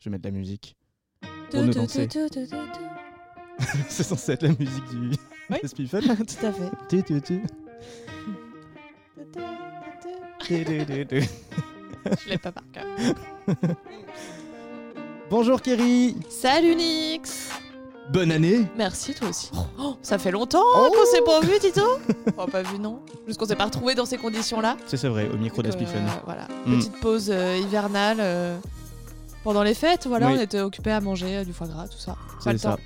je vais mettre la musique. Pour nous danser. C'est censé être la musique du Oui. de Spiffle. Tout à fait. Tu, tu, tu. Tu, tu, tu, tu. Je l'ai pas par cœur. Bonjour Kerry Salut Nix Bonne année Merci toi aussi. Oh, ça fait longtemps hein, qu'on s'est pas vu, Tito On Oh, pas vu, non Juste qu'on s'est pas retrouvé dans ces conditions-là. Ça, C'est vrai, au micro Donc, d'Aspifen. euh, Voilà, Mm. petite pause euh, hivernale euh, pendant les fêtes. Voilà, Oui. on était occupés à manger euh, du foie gras, tout ça. Pas C'est le ça. temps.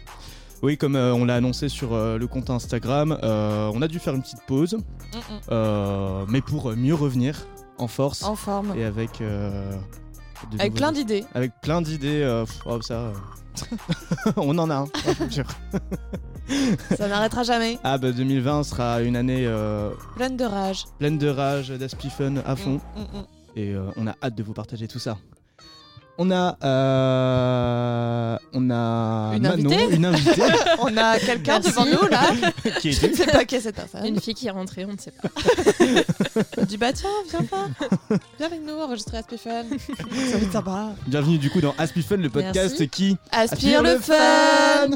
Oui, comme euh, on l'a annoncé sur euh, le compte Instagram, euh, on a dû faire une petite pause, Mm, mm. euh, mais pour euh, mieux revenir en force En forme. et avec. euh, de Avec nouveaux- plein d'idées. Avec plein d'idées. euh, pff, oh, ça. euh, on en a un, je vous jure. Ça n'arrêtera jamais. Ah, bah 2020 sera une année euh, Pleine de rage. pleine de rage, d'Aspifen à fond. Mm, mm, mm. et euh, on a hâte de vous partager tout ça. On a, euh, on a Une Manon, invitée une invitée On a quelqu'un Merci. devant nous là. qui Je est ne sais pas qui est cette personne. Une fille qui est rentrée, on ne sait pas. Du bah tiens, viens voir. Viens avec nous enregistrer Aspie Fun. Ça va être sympa. bienvenue du coup dans Aspifun le podcast Merci. qui Aspire, le fun.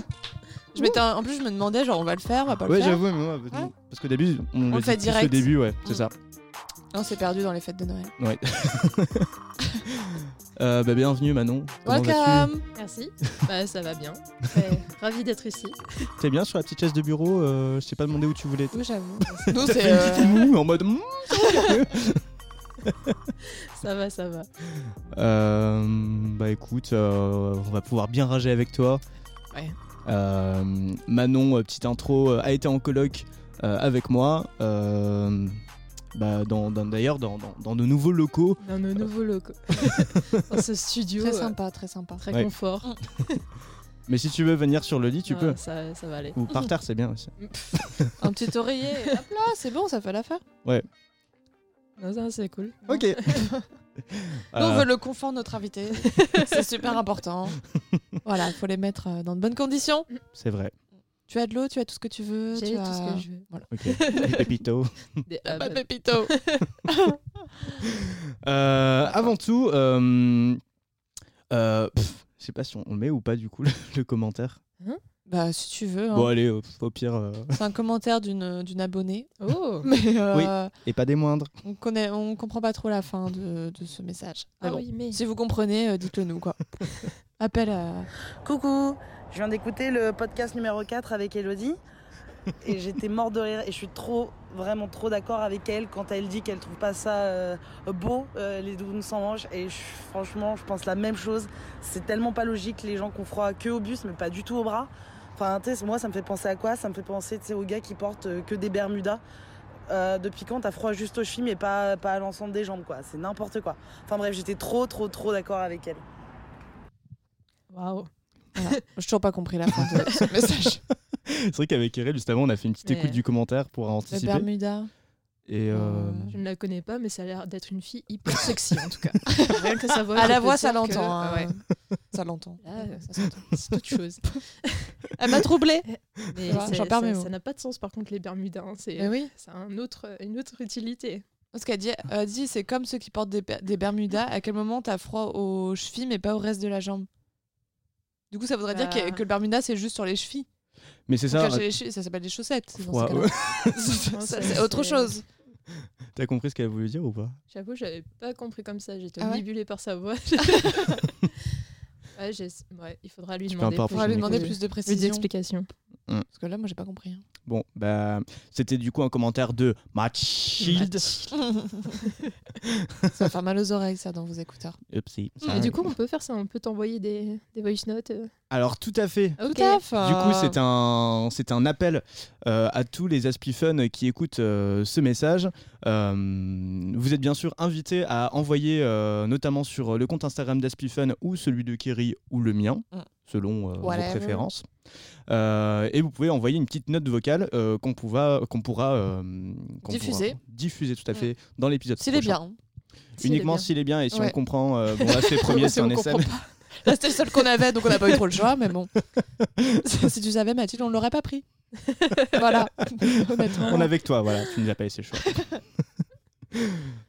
Je m'étais en plus je me demandais genre on va le faire, on va pas Ouais le faire. j'avoue mais moi, Ouais. parce qu'au début on, le le fait dit plus direct. au début ouais c'est Mm. ça. On s'est perdu dans les fêtes de Noël. Euh, bah, bienvenue Manon. Comment vas-tu Welcome. Merci. Bah, ça va bien. Très Ravie d'être ici. T'es bien sur la petite chaise de bureau euh, Je t'ai pas demandé où tu voulais. Oui j'avoue. Nous T'as c'est fait une euh, petite moue en mode. mm. Ça va, ça va. Euh, bah écoute, euh, on va pouvoir bien rager avec toi. Ouais. Euh, Manon, euh, petite intro, euh, a été en colloque euh, avec moi. euh, bah, dans- dans- D'ailleurs, dans, dans- dans de nouveaux locaux. Dans nos nouveaux locaux. Dans ce studio. très euh, sympa, très sympa. Très Ouais. confort. Mais si tu veux venir sur le lit, tu Ah, peux. Ça, ça va aller. Ou par terre, c'est bien aussi. Un petit oreiller. Hop là, c'est bon, ça fait l'affaire. Non, ça, c'est cool. Ok. Nous on Euh, veut le confort de notre invité. c'est super important. Voilà, faut les mettre euh, dans de bonnes conditions. c'est vrai. Tu as de l'eau, tu as tout ce que tu veux. J'ai tu eu tout as- ce que je veux. Ok. Les pépitos. Des Ah bah, hubs. Pépito. Euh, avant tout, euh, euh, pff, je sais pas si on on le met ou pas du coup le, le commentaire. bah si tu veux. hein. Bon allez, euh, pff, au pire. euh, C'est un commentaire d'une d'une abonnée. Oh Mais euh, et pas des moindres. on connaît, on comprend pas trop la fin de, de ce message. Mais Ah bon, oui, mais. Si vous comprenez, euh, dites-le nous quoi. Appel à. Coucou, je viens d'écouter le podcast numéro 4 avec Elodie et j'étais mort de rire et je suis trop, vraiment trop d'accord avec elle quand elle dit qu'elle trouve pas ça euh, beau, euh, les doudounes sans manches et je- franchement je pense la même chose, c'est tellement pas logique les gens qu'on froid que au bus mais pas du tout au bras. Enfin tu sais, moi ça me fait penser à quoi Ça me fait penser tu sais, aux gars qui portent euh, que des Bermudas. Euh, depuis quand t'as froid juste aux chevilles mais pas, pas à l'ensemble des jambes quoi, c'est n'importe quoi. Enfin bref, j'étais trop trop trop d'accord avec elle. Waouh J'ai toujours pas compris la fin de ce message. C'est vrai qu'avec Erel, juste avant, on a fait une petite Ouais. Bah, écoute du commentaire pour Le anticiper. Bermuda. Et euh, Euh, Je ne la connais pas, mais ça a l'air d'être une fille hyper sexy en tout cas. Rien que sa voix. à je la peux voix, dire ça que- l'entend. Ah hein. ouais, Ça l'entend. Là, euh, Ça s'entend. c'est autre chose. Elle m'a troublée. Mais vois, c'est- j'en perds mes ça mots. ça n'a pas de sens par contre, les Bermudas. hein, C'est Mais oui. ça a un autre, une autre utilité. Parce qu'elle dit, elle dit c'est comme ceux qui portent des, per- des Bermudas. À quel moment t'as froid aux chevilles mais pas au reste de la jambe Du coup, ça voudrait dire que, Bah. que le Bermuda c'est juste sur les chevilles. Mais c'est Faut ça, cacher les chevilles, ça s'appelle des chaussettes. dans ce Froid, cas-là. ouais. Ça, Non, c'est c'est- autre c'est- chose. euh, t'as compris ce qu'elle voulait dire ou pas J'avoue, j'avais pas compris comme ça. J'étais Ah ouais omnibulée par sa voix. ouais, j'ai- ouais, il faudra lui Tu peux demander. encore plus- On va lui demander Plus plus de plus précisions. d'explications. Parce que là, moi, j'ai pas compris. hein. Bon, bah, c'était du coup un commentaire de Mathilde. ça va faire mal aux oreilles, ça, dans vos écouteurs. Upsi. Et du coup, on peut faire ça. On peut t'envoyer des, des voice notes. euh. Alors, tout à fait. Ok. Du Euh. coup, c'est un, c'est un appel euh, à tous les Aspifun qui écoutent euh, ce message. Euh, vous êtes bien sûr invités à envoyer, euh, notamment sur le compte Instagram d'Aspifun ou celui de Kerry ou le mien, Mm. selon euh, vos Whatever. préférences. Euh, et vous pouvez envoyer une petite note vocale euh, qu'on pourra, qu'on pourra euh, qu'on Diffuser. pourra diffuser tout à Mm. fait dans l'épisode. S'il est prochain. bien. S'il est Uniquement bien. s'il est bien et si on Ouais. comprend. euh, bon, là, c'est premier, Si c'est on un SM. comprend pas. Là, c'était le seul qu'on avait, donc on n'a pas eu trop le choix, mais bon. si tu savais, Mathilde, on l'aurait pas pris. voilà. Honnêtement. On est avec toi, voilà, tu nous as pas laissé le choix.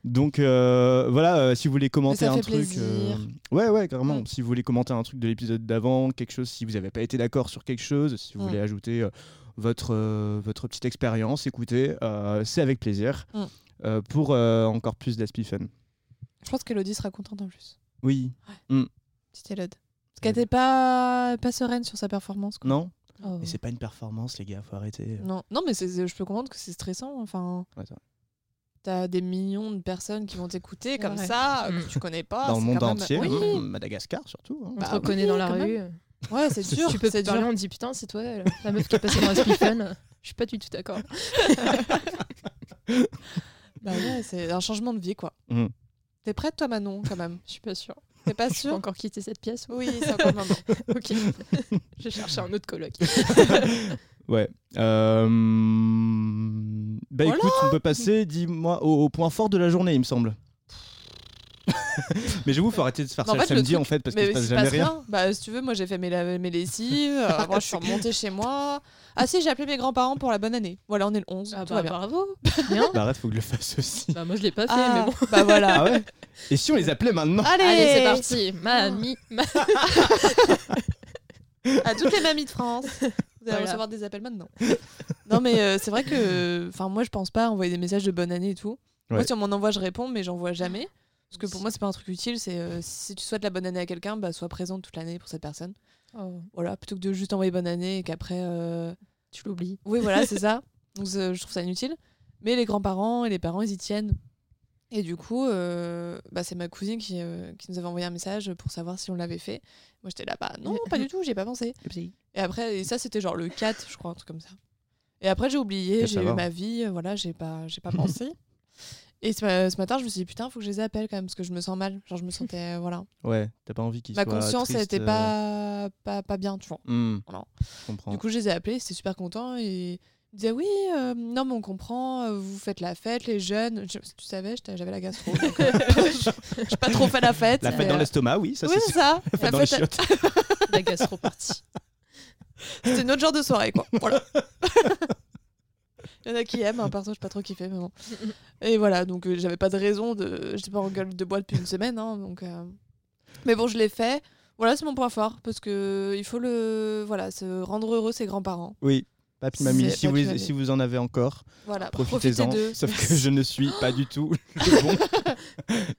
Donc euh, voilà, euh, si vous voulez commenter ça un fait truc. euh, plaisir. Ouais, ouais, carrément. Ouais. Si vous voulez commenter un truc de l'épisode d'avant, quelque chose, si vous n'avez pas été d'accord sur quelque chose, si vous Mm. voulez ajouter euh, votre, euh, votre petite expérience, écoutez, euh, c'est avec plaisir Mm. euh, pour euh, encore plus d'Aspi Fun. Je pense qu'Elodie sera contente en plus. Oui, Petite Elode. Parce qu'elle était pas, pas sereine sur sa performance. quoi. non Oh. Mais c'est pas une performance, les gars, faut arrêter. Non, non mais c'est- c'est- je peux comprendre que c'est stressant. Enfin, Ouais, c'est vrai. t'as des millions de personnes qui vont t'écouter comme Ouais. ça, Mm. que tu connais pas. Dans le c'est monde quand même- entier, Oui. hein, Madagascar surtout. hein. On Bah te reconnaît oui, dans la quand rue. Ouais, c'est dur. Tu peux c'est te parler, dur. on te dit putain, c'est toi euh, la meuf qui est passée dans un spiffun. Je suis pas du tout d'accord. Bah ouais, c'est un changement de vie, quoi. Mm. T'es prête, toi, Manon, quand même Je suis pas sûre. T'es pas Je peux sûre encore quitter cette pièce. Oh, Oui, c'est encore Manon. Ok. J'ai cherché un autre colloque. Bah, Ouais. Euh, Bah Voilà. écoute, on peut passer, dis-moi, au, au point fort de la journée, il me semble. Mais j'avoue, faut arrêter de se faire Mais en ça le fait, le samedi truc- en fait, parce qu'il se mais il passe se jamais passe rien. rien. Bah, si tu veux, moi j'ai fait mes, la- mes lessives, euh, moi je suis remontée chez moi. Ah si, j'ai appelé mes grands-parents pour la bonne année. Voilà, on est le 11, tout va bien. bravo. Bien. Bah arrête, faut que je le fasse aussi. Bah moi je l'ai pas fait, Ah, mais bon. bah voilà. Ah ouais Et si on les appelait maintenant Allez, Allez, c'est parti. Mamie. ma- À toutes les mamies de France. Vous allez Voilà. recevoir des appels maintenant. non, mais euh, c'est vrai que. Enfin, moi, je pense pas envoyer des messages de bonne année et tout. Moi, Ouais. si on m'en envoie, je réponds, mais j'en vois jamais. Parce que pour moi, c'est pas un truc utile. C'est euh, si tu souhaites la bonne année à quelqu'un, bah, sois présente toute l'année pour cette personne. Oh, Voilà, plutôt que de juste envoyer bonne année et qu'après. euh, tu l'oublies. Oui, voilà, c'est ça. Donc, c'est- je trouve ça inutile. Mais les grands-parents et les parents, ils y tiennent. Et du coup, euh, bah, c'est ma cousine qui, euh, qui nous avait envoyé un message pour savoir si on l'avait fait. Moi, j'étais là, bah non, pas du tout, j'y ai pas pensé. Et après, et ça, c'était genre le 4, je crois, un truc comme ça. Et après, j'ai oublié, Qu'à j'ai eu savoir. ma vie, euh, voilà, j'ai pas, j'ai pas pensé. Et ce, ma- ce matin, je me suis dit, putain, faut que je les appelle quand même, parce que je me sens mal. Genre, je me sentais, euh, voilà. Ouais, t'as pas envie qu'ils Ma soient conscience, elle euh, tristes, était pas, pas, pas bien, tu vois. euh, hmm, Non. Je comprends. Du coup, je les ai appelés, ils étaient super contents. Et ils me disaient oui, euh, non, mais on comprend, euh, vous faites la fête, les jeunes. Je- tu savais, j'étais- j'avais la gastro. donc, euh, je j'ai pas trop fait la fête. la mais, fête dans euh, l'estomac, oui, ça Oui, c'est c'est sûr. ça. La fête La dans les fête- chiottes. La gastro partie. C'était notre genre de soirée, quoi. Voilà. Il y en a qui aiment, hein, perso, je pas trop kiffé, mais bon. Et voilà, donc euh, j'avais pas de raison de. J'étais pas en gueule de bois depuis une semaine, hein, donc. euh, Mais bon, je l'ai fait. Voilà, c'est mon point fort, parce que il faut le. Voilà, se rendre heureux ses grands-parents. Oui. Papi, mamie, C'est si vous, les- papy-mamie. si vous en avez encore, Voilà, profitez-en. d'eux. Sauf que je ne suis pas du tout le bon.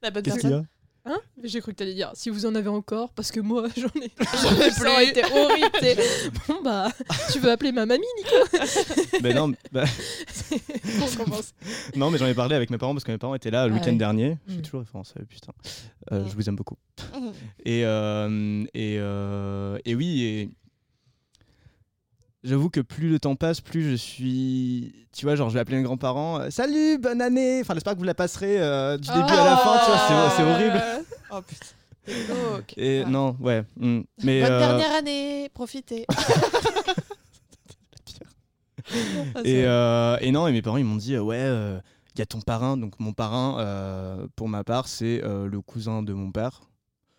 La bonne Qu'est-ce qu'il y personne. a Hein J'ai cru que t'allais dire si vous en avez encore, parce que moi j'en ai. J'en ai Ça aurait été horrible. t'es- bon bah, tu veux appeler ma mamie, Mais non, bah, Nico On commence. Non, mais j'en ai parlé avec mes parents parce que mes parents étaient là le Ah week-end ouais. dernier. Je fais Mm. toujours référence à eux, putain. Euh, Mm. Je vous aime beaucoup. Mhm. Et, euh, et, euh, et oui, et. J'avoue que plus le temps passe, plus je suis. Tu vois, genre, je vais appeler mes grands-parents. euh, Salut, bonne année Enfin, j'espère que vous la passerez euh, Oh. du début à la fin, tu vois, c'est- c'est horrible. Ah. Oh putain. C'est glauque. Et Ouais. non, ouais. mm. Mais, Bonne euh, dernière année, profitez. Ah, c'est Et, euh, et non, et mes parents, ils m'ont dit, euh, ouais, il y a ton parrain. Donc, mon parrain, euh, pour ma part, c'est euh, le cousin de mon père.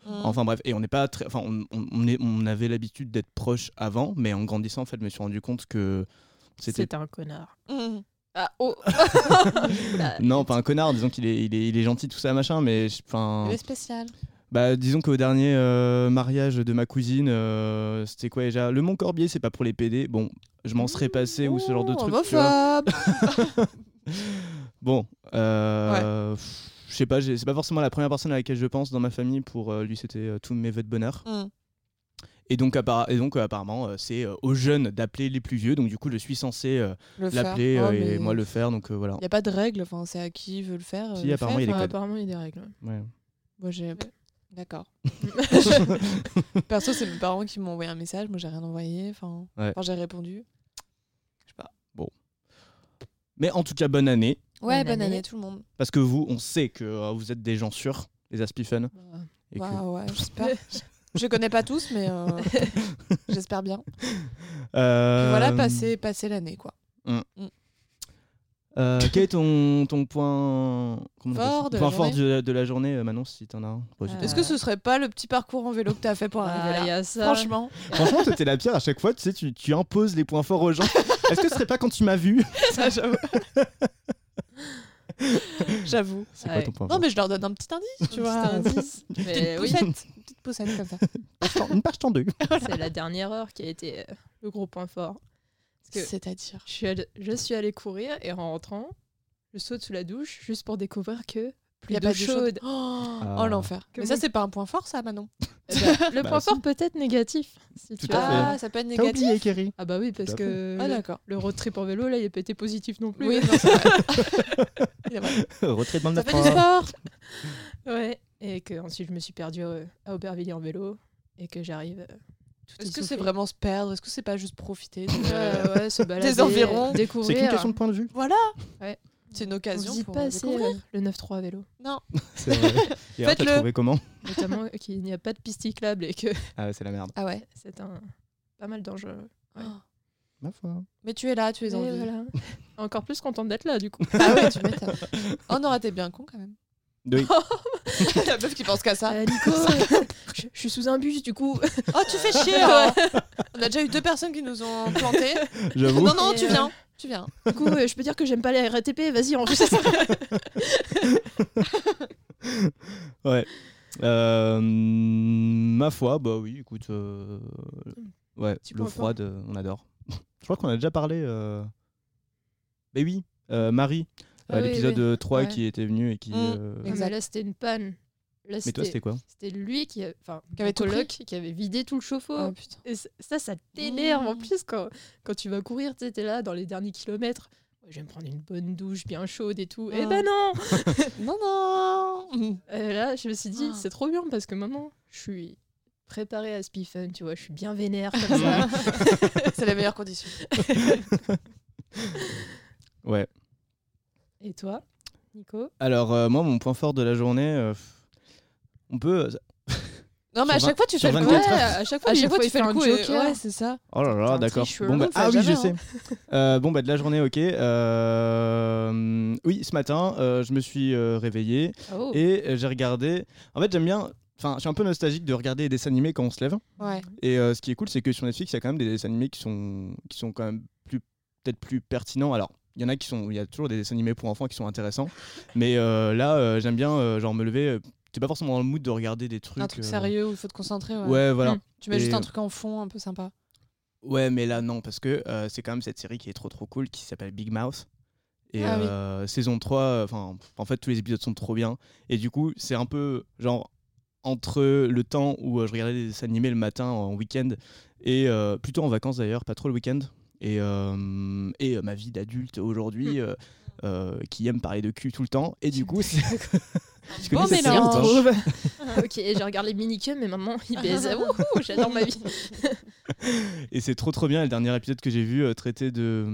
vrai. Enfin bref, et on n'est pas très. Enfin, on, on- on est, on avait l'habitude d'être proches avant, mais en grandissant, en fait, je me suis rendu compte que c'était. C'est un connard. Mhm. Ah oh Non, pas un connard, disons qu'il est, il est, il est gentil, tout ça, machin, mais. je- Enfin, Il est spécial. bah, disons qu'au dernier euh, mariage de ma cousine, euh, c'était quoi déjà Le Mont Corbier, c'est pas pour les PD. Bon, je m'en serais passé ou ce genre de Oh, truc. tu vois. Homophobe. Bon, euh, pff, je sais pas, j'ai- c'est pas forcément la première personne à laquelle je pense dans ma famille. Pour euh, lui, c'était euh, tous mes vœux de bonheur. Mm. Et donc, appara- et donc euh, apparemment, euh, c'est euh, aux jeunes d'appeler les plus vieux. Donc du coup, je suis censé euh, Le faire. l'appeler euh, Oh, et mais moi le faire. Donc euh, voilà. Il n'y a pas de règle, enfin, c'est à qui veut le faire. euh, Si, le apparemment, fait, il y a des enfin, codes. Ah, Apparemment, il y a des règles. ouais. Ouais. Moi, j'ai. D'accord. Perso, c'est mes parents qui m'ont envoyé un message. Moi, j'ai rien envoyé. Enfin, Ouais. enfin, j'ai répondu. Mais en tout cas, bonne année. Ouais, bonne, Bonne année. année, tout le monde. Parce que vous, on sait que euh, vous êtes des gens sûrs, les Aspifun. Et que- Waouh, ouais, j'espère. je connais pas tous, mais euh, j'espère bien. Puis Euh, voilà, passer, passer l'année, quoi. euh, quel est ton, ton point, comment on appelle ça Fort de la point fort journée. Euh. de, la- de la journée, euh, Manon, si t'en as un Bon, si t'en as Est-ce que ce serait pas le petit parcours en vélo que t'as fait pour arriver Ah, il y là a ça. Franchement, Franchement, toi, t'es la pire à chaque fois, tu sais, tu, tu imposes les points forts aux gens. Est-ce que ce serait pas quand tu m'as vu ça, j'avoue. J'avoue. C'est Ouais. quoi ton point Non, fort mais je leur donne un petit indice, tu vois. Un petit indice. Mais Une oui, poussette, une petite poussette comme ça. Page-t'en- Une page en deux. c'est la dernière heure qui a été euh, le gros point fort. Parce que C'est-à-dire. je suis, allée, je suis allée courir et en rentrant, je saute sous la douche juste pour découvrir que Il plus y a d'eau pas de chaude. chaude. Oh, Ah. oh, l'enfer. Que Mais ça, mon- c'est pas un point fort, ça, Manon. Eh ben, le Bah, point si. fort peut être négatif. Si tu Tout à veux. fait. Ah, ça peut être T'as négatif. oublié, Kerry Ah bah oui, parce à fait. que Ah, d'accord. le road trip en vélo, là, il a pas été positif non plus. hein. Oui, non, c'est vrai. C'est vrai. Retrait de bande Ça fait d'apprendre. du sport. Ouais. Et que ensuite, je me suis perdue euh, à Aubervilliers en vélo et que j'arrive euh, tout Est-ce que essoufflée. c'est vraiment se perdre Est-ce que c'est pas juste profiter de- euh, Ouais, ouais, se balader, euh, Des environs. découvrir. C'est qu'une question de point de vue. Voilà. Ouais. C'est une On se occasion dit pour pas assez, découvrir. euh, le 9-3 à vélo. Non. C'est vrai. Et alors, t'as Faites-le. trouvé comment Notamment euh, qu'il n'y a pas de piste cyclable et que Ah, ouais, c'est la merde. Ah ouais. c'est un pas mal dangereux. Ouais. Oh. Ma foi. Mais tu es là, tu Mais es en vie. voilà. Encore plus contente d'être là, du coup. Ah ouais, tu m'étonnes. On aurait été Oh, bien con quand même. Oui. La meuf qui pense qu'à ça. Euh, Nico, euh, je, je suis sous un bus, du coup. Oh, tu fais chier. hein. On a déjà eu deux personnes qui nous ont planté. J'avoue. Non, non, Et, tu euh, viens. Tu viens. Du coup, euh, je peux dire que j'aime pas les RATP. Vas-y, enregistre. Ouais. Euh, ma foi, bah oui, écoute. euh, Ouais, Petit l'eau point fort. froide, euh, on adore. Je crois qu'on a déjà parlé. Euh... Mais oui, euh, Marie, Ah euh, oui, l'épisode oui. euh, 3 Ouais. qui était venu et qui. Mm. euh, Ah, mais là, c'était une panne. Là, Mais toi, c'était quoi c'était lui qui, a- enfin, Qui avait tout mon coloc qui avait vidé tout le chauffe-eau. Oh putain. Et c- ça, ça t'énerve en Mmh. plus quand, quand tu vas courir, tu sais, t'es là dans les derniers kilomètres. Ouais, Je vais me prendre une bonne douche bien chaude et tout. Eh Ah. ben non Non, non. Et Là, je me suis dit, Ah. c'est trop bien parce que maintenant, je suis préparée à Spiffen, tu vois, je suis bien vénère comme ça. C'est la meilleure condition. Ouais. Et toi, Nico Alors, euh, moi, mon point fort de la journée. euh, On peut. euh, Non, mais à Sur chaque fois, tu sur fais le coup. 24 Ouais, à chaque À il chaque fois, faut tu y fais faire le un coup. et- joker. Ouais, c'est ça. Oh là C'est là, un d'accord. tricheur. Bon, bah, On ah le oui, fait je sais. jamais, Euh, bon, bah, de la journée, ok. Euh, Oui, ce matin, euh, je me suis euh, réveillé Oh. et euh, j'ai regardé. En fait, j'aime bien. Enfin, je suis un peu nostalgique de regarder des dessins animés quand on se lève. Ouais. Et euh, ce qui est cool, c'est que sur Netflix, il y a quand même des dessins animés qui sont, qui sont quand même plus, peut-être plus pertinents. Alors, il y en a qui sont, il y a toujours des dessins animés pour enfants qui sont intéressants. Mais euh, là, euh, j'aime bien, euh, genre me lever. euh, T'es pas forcément dans le mood de regarder des trucs. Un truc euh, sérieux où il faut te concentrer. Ouais, Ouais. voilà. Mm. Tu mets juste Et- un truc en fond un peu sympa. Ouais, mais là non, parce que euh, c'est quand même cette série qui est trop trop cool, qui s'appelle Big Mouth. Et Ah oui. euh, saison 3, enfin, en fait, tous les épisodes sont trop bien. Et du coup, c'est un peu genre entre le temps où euh, je regardais des dessins animés le matin en week-end, et euh, plutôt en vacances d'ailleurs, pas trop le week-end. Et, euh, et euh, ma vie d'adulte Hmm. aujourd'hui, euh, euh, qui aime parler de cul tout le temps. Et du coup, c'est. Je connais Bon cette série, mélange. toi. Ah, ok, je regarde les minicums, mais maintenant, ils baisent. Wouhou, J'adore ma vie. Et c'est trop trop bien. Et le dernier épisode que j'ai vu euh, traité de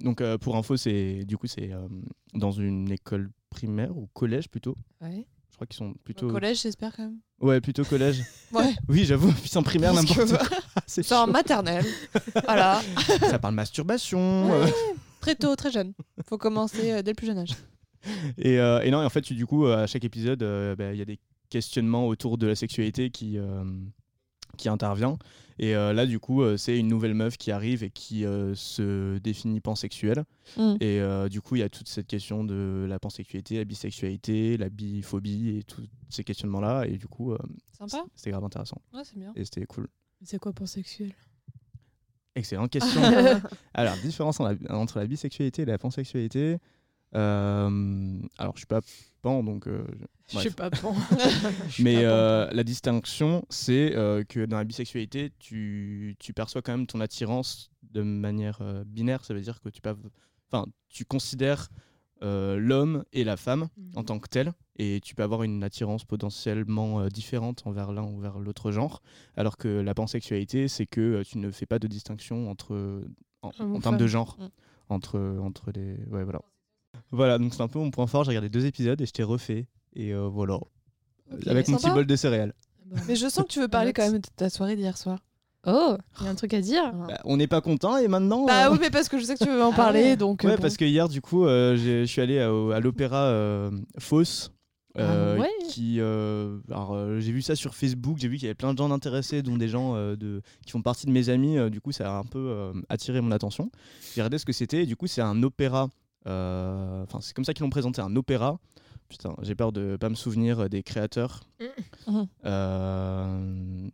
donc euh, pour info c'est du coup c'est euh, dans une école primaire ou collège plutôt. Ouais. Je crois qu'ils sont plutôt Au collège, j'espère quand même. ouais plutôt collège. Ouais. Oui j'avoue putain primaire Parce que- n'importe quoi. C'est C'est en chaud. maternelle. Voilà. Ça parle masturbation. euh, Très tôt, très jeune. Faut commencer euh, dès le plus jeune âge. Et, euh, et non et en fait tu- du coup à chaque épisode euh, bah, il y a des questionnements autour de la sexualité qui euh, qui intervient. Et euh, là du coup euh, c'est une nouvelle meuf qui arrive et qui euh, se définit pansexuelle. Et euh, du coup, il y a toute cette question de la pansexualité, la bisexualité, la biphobie et tous ces questionnements-là. Et du coup, euh, Sympa. c'était grave intéressant. Ouais, c'est bien. Et c'était cool. C'est quoi pour sexuel Excellente question. alors, différence en la- entre la bisexualité et la pansexualité. Euh, alors, je suis pas pan, donc. euh, je- Je sais pas, bon. Mais euh, la distinction, c'est euh, que dans la bisexualité, tu, tu perçois quand même ton attirance de manière euh, binaire. Ça veut dire que tu, pas- enfin, tu considères euh, l'homme et la femme. en tant que tel et tu peux avoir une attirance potentiellement euh, différente envers l'un ou vers l'autre genre alors que la pansexualité c'est que euh, tu ne fais pas de distinction entre en, Homme ou en termes de femme. genre Mm. entre entre les ouais voilà voilà donc c'est un peu mon point fort j'ai regardé deux épisodes et je t'ai refait et euh, voilà avec mon petit Sympa. bol de céréales Mais je sens que tu veux parler quand même de ta soirée d'hier soir. Oh, il y a un truc à dire. Bah, on n'est pas content et maintenant Bah euh, oui, mais parce que je sais que tu veux en Ah parler, ouais. donc. euh, ouais bon. parce que hier du coup euh, j'ai- je suis allé à, au- à l'opéra euh, Fausse euh, Ah ouais. qui euh, alors euh, j'ai vu ça sur Facebook j'ai vu qu'il y avait plein de gens intéressés dont des gens euh, de qui font partie de mes amis euh, du coup ça a un peu euh, attiré mon attention j'ai regardé ce que c'était et du coup c'est un opéra Euh, Enfin, c'est comme ça qu'ils l'ont présenté, un opéra. Putain, j'ai peur de pas me souvenir euh, des créateurs. Mm. Mhm. Euh,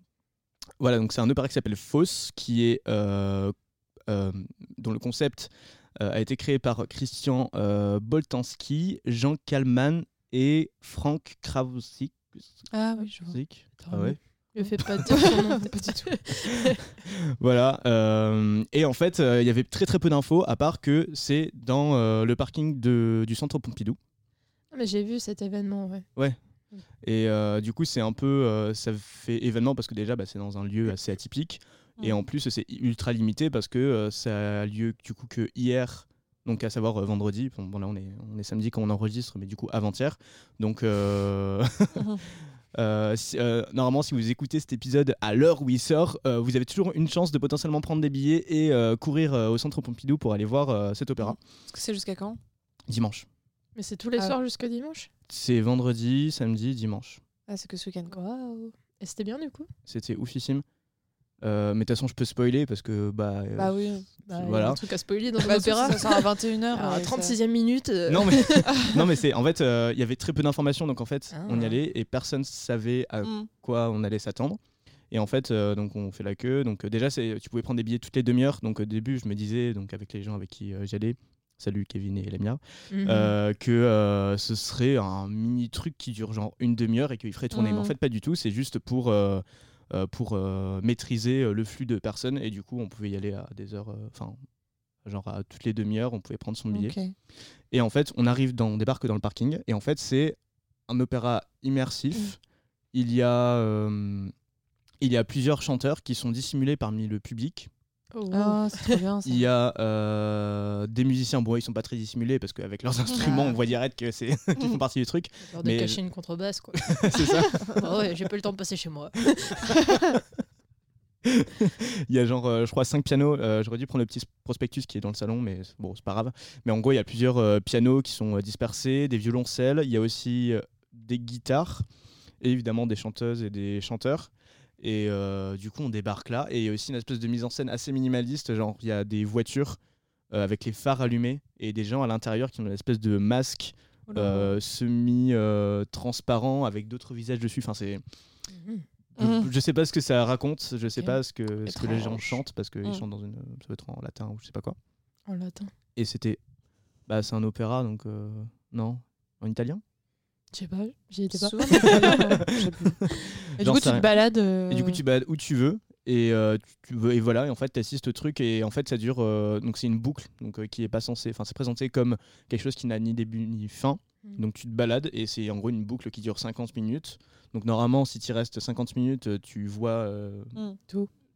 voilà, donc c'est un opéra qui s'appelle Fausse, qui est euh, euh, dont le concept euh, a été créé par Christian euh, Boltanski, Jean Kalman et Frank Krawczyk. Ah oui, je vois. Krawczyk Putain, Ah ouais. Je fais pas dire son nom. Pas du tout. Voilà. euh, et en fait, euh, il y avait très très peu d'infos, à part que c'est dans euh, le parking de- du centre Pompidou. Ah, Mais j'ai vu cet événement, ouais. Et euh, du coup, c'est un peu. euh, ça fait événement parce que déjà, bah, c'est dans un lieu assez atypique. Et Mm. en plus, c'est ultra limité parce que euh, ça a lieu du coup que hier, donc à savoir euh, vendredi. Bon, bon, là, on est, on est samedi quand on enregistre, mais du coup, avant-hier. Donc. euh, Mhm. euh, si- euh, normalement, si vous écoutez cet épisode à l'heure où il sort, euh, vous avez toujours une chance de potentiellement prendre des billets et euh, courir euh, au centre Pompidou pour aller voir euh, cet opéra Parce que c'est jusqu'à quand dimanche. Mais c'est tous les Ah. soirs jusque dimanche. C'est vendredi, samedi, dimanche. Ah, c'est que ce week-end, quoi. Waouh. Et c'était bien du coup C'était oufissime. Euh, mais de toute façon, je peux spoiler parce que. Bah, euh, Bah oui. Bah, Voilà. y a Un truc à spoiler dans Bah, Ah, l'opéra. euh, Ça sort à 21h. Alors, à 36 e minute. euh, Non, mais, non, mais c'est. En fait, euh, il y avait très peu d'informations, donc en fait, Ah. on y allait et personne savait à Mm. quoi on allait s'attendre. Et en fait, euh, donc on fait la queue. Donc euh, déjà, c'est- tu pouvais prendre des billets toutes les demi-heures. Donc au début, je me disais, donc avec les gens avec qui euh, j'allais, salut Kevin et Lamia, mhm. euh, que euh, ce serait un mini truc qui dure genre une demi-heure et qu'il ferait tourner. Mais en Mhm. fait, pas du tout. C'est juste pour, euh, euh, pour euh, maîtriser euh, le flux de personnes. Et du coup, on pouvait y aller à des heures, euh, enfin, genre à toutes les demi-heures, on pouvait prendre son billet. Ok. Et en fait, on arrive dans, on débarque dans le parking. Et en fait, c'est un opéra immersif. Mhm. Il y a, euh, il y a plusieurs chanteurs qui sont dissimulés parmi le public. Oh, wow. Ah, c'est trop bien ça. Il y a euh, des musiciens, bon, ils sont pas très dissimulés parce qu'avec leurs instruments, on voit direct que c'est qu'ils font partie du truc. Genre de mais- cacher une contrebasse, quoi. Mm. c'est ça. Ah ouais, j'ai pas le temps de passer chez moi. Il y a genre, euh, je crois, cinq pianos. Euh, J'aurais dû prendre le petit prospectus qui est dans le salon, mais c'est- bon, c'est pas grave. Mais en gros, il y a plusieurs euh, pianos qui sont euh, dispersés, des violoncelles. Il y a aussi euh, des guitares et évidemment des chanteuses et des chanteurs. Et euh, du coup, on débarque là. Et il y a aussi une espèce de mise en scène assez minimaliste. Genre, il y a des voitures euh, avec les phares allumés et des gens à l'intérieur qui ont une espèce de masque Oh là là. euh, Ah semi-transparent avec d'autres visages dessus. Enfin, c'est. Mhm. Je, Mhm. je sais pas ce que ça raconte, je sais Ok. pas ce que, ce que les gens Étrange. Mmh. chantent parce qu'ils Mhm. chantent dans une. Ça peut être en latin ou je sais pas quoi. En latin. Et c'était. Bah, c'est un opéra donc. euh, non En italien Je sais pas, j'y étais pas. Souvent, mais c'est bien, ouais. Je sais plus. Et du J'en coup, sais tu te rien. balades. euh, Et du coup, tu balades où tu veux et, euh, tu, tu veux- et voilà, et en fait, t'assistes au truc et en fait, ça dure. euh, donc, c'est une boucle donc, euh, qui est pas censée. Enfin, c'est présenté comme quelque chose qui n'a ni début ni fin. Mhm. Donc, tu te balades et c'est en gros une boucle qui dure 50 minutes. Donc, normalement, si tu restes 50 minutes, euh, tu vois. euh, Mm.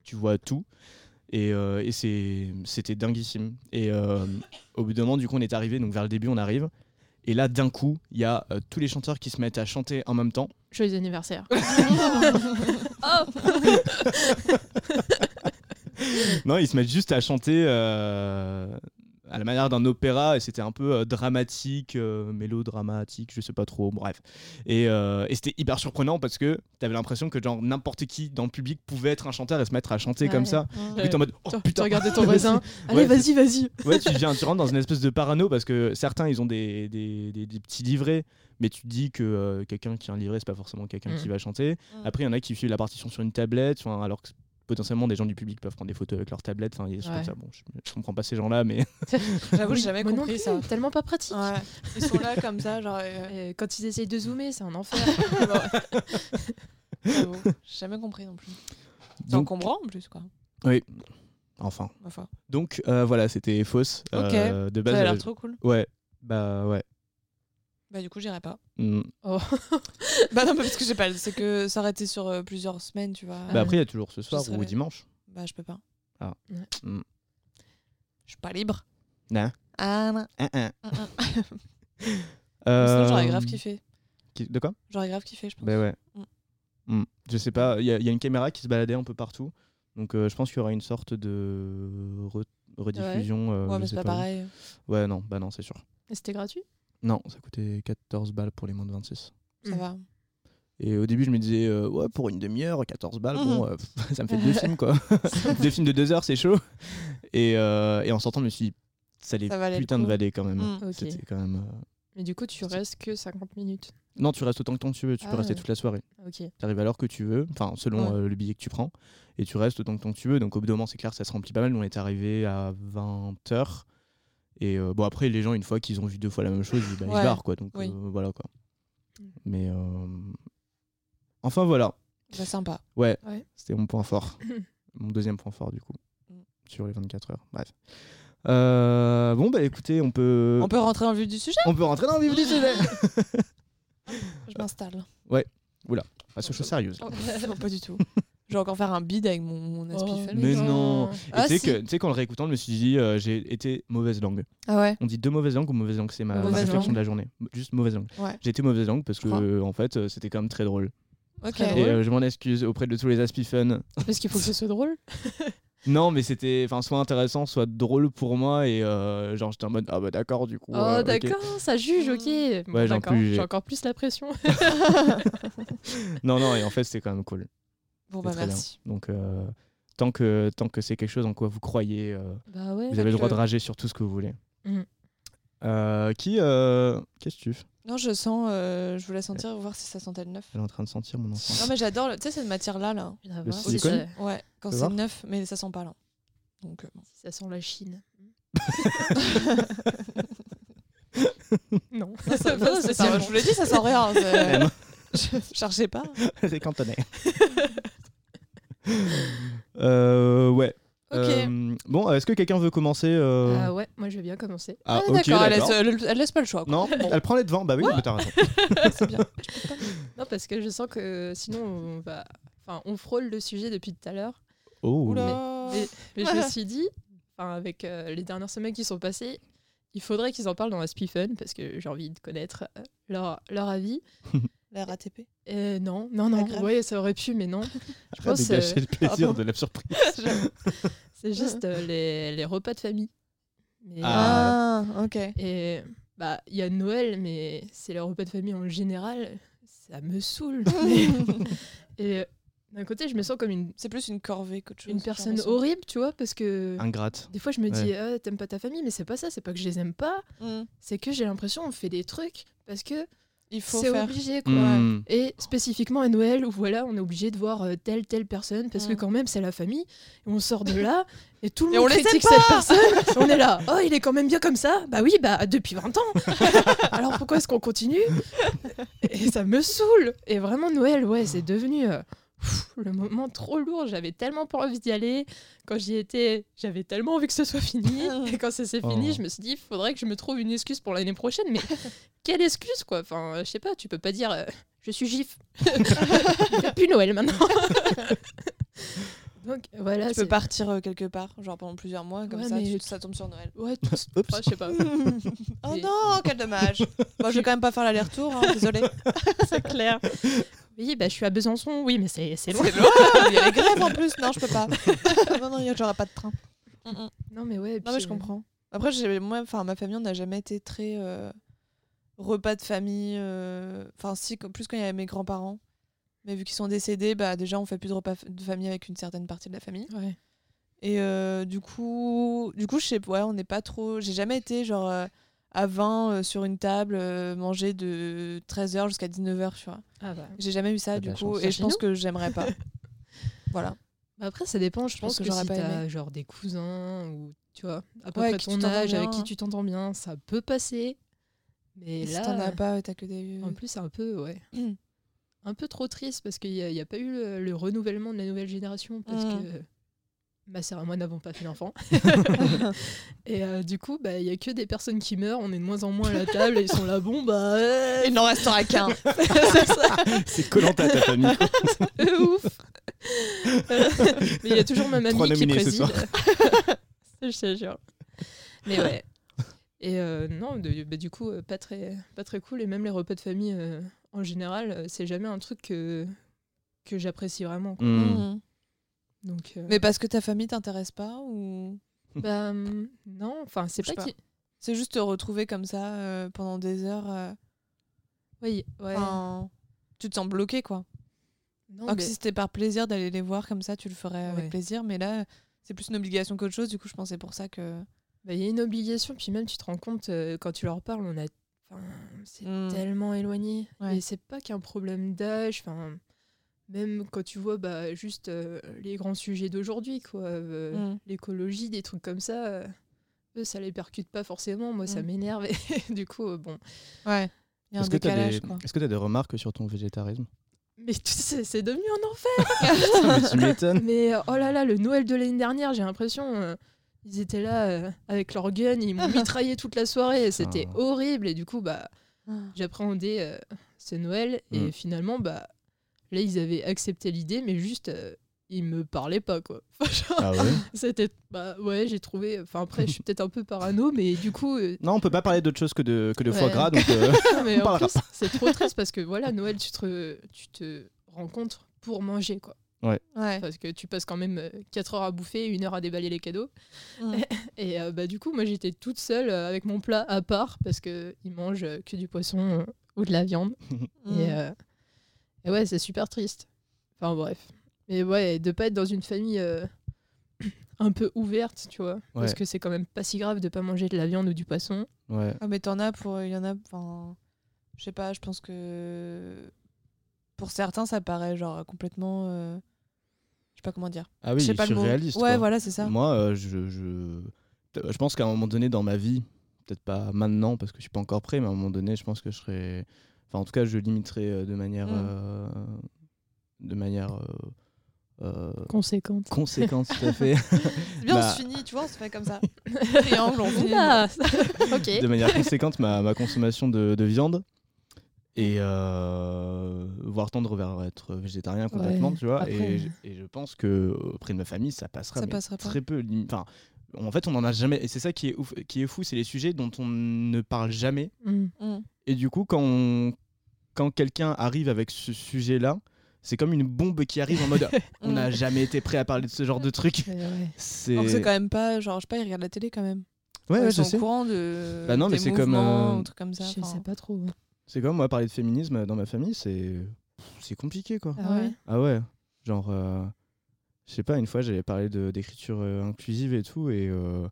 tu vois tout. Et, euh, et c'est- c'était dinguissime. Et euh, au bout d'un moment, du coup, on est arrivé, donc vers le début, on arrive. Et là, d'un coup, il y a euh, tous les chanteurs qui se mettent à chanter en même temps. Joyeux anniversaire. Ah, Non, ils se mettent juste à chanter euh, à la manière d'un opéra. Et c'était un peu euh, dramatique, euh, mélodramatique, je sais pas trop, bref. Et, euh, et c'était hyper surprenant parce que t'avais l'impression que genre n'importe qui dans le public pouvait être un chanteur et se mettre à chanter comme Ouais. ça. Mm. Du coup, t'es en mode, oh, Tu- tu putain, regardais ton voisin. Allez, Ouais, vas-y, vas-y. Ouais, tu, viens, tu rentres dans une espèce de parano parce que certains, ils ont des, des, des- des petits livrets, mais tu te dis que euh, quelqu'un qui a un livret, c'est pas forcément quelqu'un Mm. qui va chanter. Mm. Après, il y en a qui suivent la partition sur une tablette, enfin, alors que potentiellement des gens du public peuvent prendre des photos avec leur tablette. Enfin, il y a des choses comme Ouais. ça. Bon, je, je comprends pas ces gens-là, mais J'avoue, j'ai Oui, jamais moi non compris plus, ça. Tellement pas pratique. Ouais. Ils sont là comme ça, genre. euh, Euh, quand ils essayent de zoomer, c'est un enfer. j'avoue, J'ai jamais compris non plus. C'est Donc- encombrant en plus, quoi. enfin. Enfin, Donc euh, voilà, c'était fausse. Euh, de base, ça a l'air euh, trop cool. ouais, bah ouais. Bah, du coup, j'irai pas. Mm. Oh. bah, non, mais parce que j'ai pas. C'est que ça aurait été sur euh, plusieurs semaines, tu vois. Bah après, il y a toujours ce soir serais ou allée. dimanche. Bah, je peux pas. Ah. Ouais. Mm. Je suis pas libre. Non. Ah, non. Hein, hein. Ah, ah. Euh, Sinon, j'aurais grave kiffé. qui- De quoi J'aurais grave kiffé, je pense. Ben ouais. Mm. Mm. Je sais pas, il y, a- il y a une caméra qui se baladait un peu partout. Donc euh, je pense qu'il y aura une sorte de re- rediffusion. euh, ouais, je mais sais c'est pas, pas où. pareil. Ouais, non, bah non, c'est sûr. Et c'était gratuit Non, ça coûtait 14 balles pour les moins de 26. Ça Mm. va. Et au début, je me disais, euh, ouais, pour une demi-heure, 14 balles, Mhm. bon, euh, pff, ça me fait deux films, quoi. deux films de deux heures, c'est chaud. Et, euh, et en sortant, je me suis dit, ça les Ça valait le putains de coup. valets quand même. Mm. Ok. C'était quand même. euh, Mais du coup, tu restes que 50 minutes. Non, tu restes autant que tu veux. Tu peux Ah rester ouais. toute la soirée. Ok. Tu arrives à l'heure que tu veux, enfin selon Ouais. euh, le billet que tu prends, et tu restes autant que, tant que tu veux. Donc au bout d'un moment, c'est clair, ça se remplit pas mal. Nous, on est arrivé à 20h. Et euh, bon, après, les gens, une fois qu'ils ont vu deux fois la même chose, ils, bah, ils Ouais. se barrent, quoi. Donc Oui. Mm. euh, voilà, quoi. Mais. euh, Enfin, voilà. Bah, sympa. Ouais, Ouais. c'était mon point fort. mon deuxième point fort, du coup. Mm. Sur les 24 heures. Bref. Euh, bon, bah écoutez, on peut. On peut rentrer dans le vif du sujet on peut rentrer dans le vif du sujet. Je m'installe. Passons aux choses sérieuses. Oh. là. Non, Ah, pas du tout. Je vais encore faire un bide avec mon, mon Oh. aspifel. mais non. Et Ah, tu sais si. que- tu sais qu'en le réécoutant, je me suis dit, euh, j'ai été mauvaise langue. Ah ouais On dit deux mauvaises langues ou mauvaise langue, c'est ma, ma Mauvaise réflexion langue. de la journée. Juste mauvaise langue. Ouais. J'ai été mauvaise langue parce que, Je crois. Ah euh, en fait, euh, c'était quand même très drôle. Ok. Très Et drôle. euh, je m'en excuse auprès de tous les aspifun. Parce qu'il faut que ce soit drôle. Non, mais c'était enfin soit intéressant, soit drôle pour moi. Et euh, genre, j'étais en mode, ah bah d'accord, du coup. Oh, euh, ok. d'accord, ça juge, ok. Bon, j'en d'accord, peux juger. Hmm. j'ai encore plus la pression. Non, non, et en fait, c'était quand même cool. Bon C'était bah très bien. merci. Donc, euh, tant que, tant que c'est quelque chose en quoi vous croyez, euh, bah ouais. vous avez le droit de faites-le. rager sur tout ce que vous voulez. Mm. Mhm. Euh, qui. euh, Qu'est-ce que tu fais Non, je sens, euh, je voulais sentir, voir si ça sentait le neuf. Elle est en train de sentir mon enfant. Non mais j'adore, le- tu sais cette matière là là. Il faudra Le voir si ça, silicone Ouais, quand Faut c'est voir. neuf, mais ça sent pas là. Donc euh, bon. si ça sent la Chine. non. Ça- Non, ça- c'est ça- pas je bon. vous l'ai dit, ça sent rien. c'est- Même. Je cherchais pas. c'est cantonais. Euh, ouais. Ok. Euh, bon, est-ce que quelqu'un veut commencer euh, Ah ouais, moi je vais bien commencer. Ah, Ah, ok, d'accord, elle, d'accord. laisse- elle- elle laisse pas le choix. quoi. Non, elle prend les devants. Bah oui, mais t'as raison. c'est bien. Non, parce que je sens que sinon on va. Enfin, on frôle le sujet depuis tout à l'heure. Oh. Oula. Mais, mais je me suis dit, enfin, avec euh, les dernières semaines qui sont passées, il faudrait qu'ils en parlent dans la Spiffen parce que j'ai envie de connaître euh, leur, leur avis. La RATP. Euh, non, non, non. La grève. Ouais, ça aurait pu, mais non. Je Arrête de pense gâcher euh, le plaisir pardon. de la surprise. c'est juste euh, les, les repas de famille. Mais- euh, Ah. ok. Et bah, il y a Noël, mais c'est les repas de famille en général. Ça me saoule. et euh, d'un côté, je me sens comme une, C'est plus une corvée qu'autre chose. une j'ai personne l'impression. horrible, tu vois, parce que Ingrate. des fois, je me dis, Ah, t'aimes pas ta famille, mais c'est pas ça, c'est pas que je les aime pas, Mm. c'est que j'ai l'impression on fait des trucs parce que Il faut c'est faire. obligé, quoi. Hmm. Et spécifiquement à Noël, où voilà, on est obligé de voir euh, telle, telle personne, parce que Mm. quand même, c'est la famille, et on sort de là, et tout le Et on monde les aime critique cette personne, on est là, oh, il est quand même bien comme ça, bah oui, bah depuis 20 ans, alors pourquoi est-ce qu'on continue Et ça me saoule Et vraiment, Noël, ouais, c'est devenu euh, pff, le moment trop lourd, j'avais tellement pas envie d'y aller, quand j'y étais, j'avais tellement envie que ce soit fini, et quand ça s'est fini, Oh. je me suis dit, faudrait que je me trouve une excuse pour l'année prochaine, mais quelle excuse, quoi Enfin, je sais pas, tu peux pas dire... euh, je suis gif. Il fait plus Noël maintenant. Donc voilà, Tu peux Ah, c'est- partir euh, quelque part, genre pendant plusieurs mois, comme Ouais, ça, mais- tu- ça tombe sur Noël. Ouais, tout- Oups. enfin, je sais pas. oh Et- non, quel dommage. Moi, je vais quand même pas faire l'aller-retour, hein, désolé. c'est clair. Oui, bah je suis à Besançon, oui, mais c'est c'est loin. C'est loin, il y a les grèves en plus. Non, je peux pas. non, non, il y a- j'aurai pas de train. Mm-mm. Non mais ouais. Non, puis, mais je euh, comprends. Après, j'ai- moi, enfin, ma famille, on n'a jamais été très euh, repas de famille. euh, Enfin, si, qu- plus quand il y avait mes grands-parents. Mais vu qu'ils sont décédés, bah, déjà, on fait plus de repas f- de famille avec une certaine partie de la famille. Ouais. Et euh, du coup, du coup, je sais pas, ouais, on n'est pas trop. J'ai jamais été genre euh, à 20 euh, sur une table, euh, manger de 13h jusqu'à 19h, tu vois. Ah bah. J'ai jamais eu T'as ça, de du la coup, chance. et Ça, je chez pense nous. que j'aimerais pas. voilà. Bah, Après ça dépend. Je, pense que que, j'aurais si pas t'as genre des cousins ou tu vois à peu Ouais, près qui tu ton t'entends âge avec bien. qui tu t'entends bien, ça peut passer. Mais Et là, euh, si t'en as pas, t'as que des. en plus c'est un peu ouais. Mm. Un peu trop triste parce qu'il n'y a, il y a pas eu le, le renouvellement de la nouvelle génération parce Mm. que ma sœur et moi n'avons pas fait d'enfant. Et euh, du coup, bah, il y a que des personnes qui meurent, on est de moins en moins à la table, et ils sont là, bon, bah. euh, Il n'en restera qu'un. c'est ça, C'est Colanta ta famille. euh, ouf. Euh, Mais il y a toujours ma Trois mamie qui nominés ce préside. soir. Je te jure. Mais ouais. Et euh, non, de- bah, du coup, euh, pas très, pas très cool. Et même les repas de famille, euh, en général, euh, c'est jamais un truc que, que j'apprécie vraiment. quoi. Hmm. Mhm. Donc, euh, Mais parce que ta famille t'intéresse pas ou bah, hum, non, enfin, c'est Je sais pas pas. qui. c'est juste te retrouver comme ça euh, pendant des heures. euh, Oui, ouais. enfin, Tu te sens bloqué quoi. non, Alors que mais- si c'était par plaisir d'aller les voir comme ça, tu le ferais avec Ouais. plaisir. Mais là, c'est plus une obligation qu'autre chose. Du coup, je pensais pour ça que. Bah, Il y a une obligation, puis même tu te rends compte euh, quand tu leur parles, on a, enfin, c'est Mm. tellement éloigné. Ouais. Et c'est pas qu'un problème d'âge, enfin, même quand tu vois bah, juste euh, les grands sujets d'aujourd'hui, quoi, euh, Mm. l'écologie, des trucs comme ça, euh, eux ça les percute pas forcément. Moi ça Mm. m'énerve. et du coup, euh, bon, Ouais. Il y a un Est-ce que tu as, décalage, quoi. des remarques sur ton végétarisme mais tout ça, c'est devenu un enfer. Mais Tu m'étonnes. Mais euh, oh là là, le Noël de l'année dernière, j'ai l'impression, euh, ils étaient là euh, avec leur gun, ils m'ont mitraillé toute la soirée, et c'était Putain. horrible. Et du coup, bah, j'appréhendais euh, ce Noël, et Mm. finalement, bah, là, ils avaient accepté l'idée, mais juste, euh, ils me parlaient pas, quoi. Enfin, genre, Ah ouais c'était, bah ouais, j'ai trouvé. Enfin après, je suis peut-être un peu parano, mais du coup, euh, Non, on peut pas parler d'autre chose que de, que de foie Ouais. gras, donc euh, non, mais On en parlera plus, c'est trop triste parce que voilà, Noël, tu te, tu te rencontres pour manger, quoi. Ouais. Parce que tu passes quand même 4 heures à bouffer, 1 heure à déballer les cadeaux. Mm. Et euh, bah, du coup, moi j'étais toute seule euh, avec mon plat à part parce qu'ils mangent euh, que du poisson euh, ou de la viande. Mm. Et, euh, et ouais, c'est super triste. Enfin bref. Mais ouais, de pas être dans une famille euh, un peu ouverte, tu vois. Parce Ouais. que c'est quand même pas si grave de pas manger de la viande ou du poisson. ouais. Ah, mais t'en as pour. Il y en a. Enfin. Je sais pas, je pense que. Pour certains, ça paraît genre complètement. euh, Je sais pas comment dire. Ah Je oui, sais pas le mot. surréaliste. Ouais, quoi. voilà, c'est ça. Moi, euh, je, je, je pense qu'à un moment donné dans ma vie, peut-être pas maintenant parce que je suis pas encore prêt, mais à un moment donné, je pense que je serais. Enfin, en tout cas, je limiterai euh, de manière, Mm. euh, de manière euh, euh, Conséquente. conséquente, tout à fait, C'est bien, Bah. on se finit, tu vois, on se fait comme ça. Triangle, on finit. ok. de manière conséquente ma, ma consommation de, de viande et euh, voire tendre vers être végétarien complètement, Ouais. tu vois. Après, euh, Et, je- et je pense que auprès de ma famille, ça passera. Ça mais passera pas. très peu. lim- Enfin, en fait, on n'en a jamais. Et c'est ça qui est, ouf- qui est fou, c'est les sujets dont on ne parle jamais. Mm. Mm. Et du coup, quand, on- quand quelqu'un arrive avec ce sujet-là, c'est comme une bombe qui arrive en mode on n'a jamais été prêt à parler de ce genre de truc. Mais ouais. C'est. Alors que c'est quand Ouais, même pas. Genre, je sais pas, ils regardent la télé quand même. ouais, ils je sont sais. au courant de. Bah non, mais des c'est comme, mouvements euh, ou trucs comme ça. Je enfin. sais pas trop. C'est comme moi, parler de féminisme euh, dans ma famille, c'est. C'est compliqué, quoi. Ah ouais. Ah ouais Genre. euh, Je sais pas, une fois, j'avais parlé de- d'écriture euh, inclusive et tout, et. euh,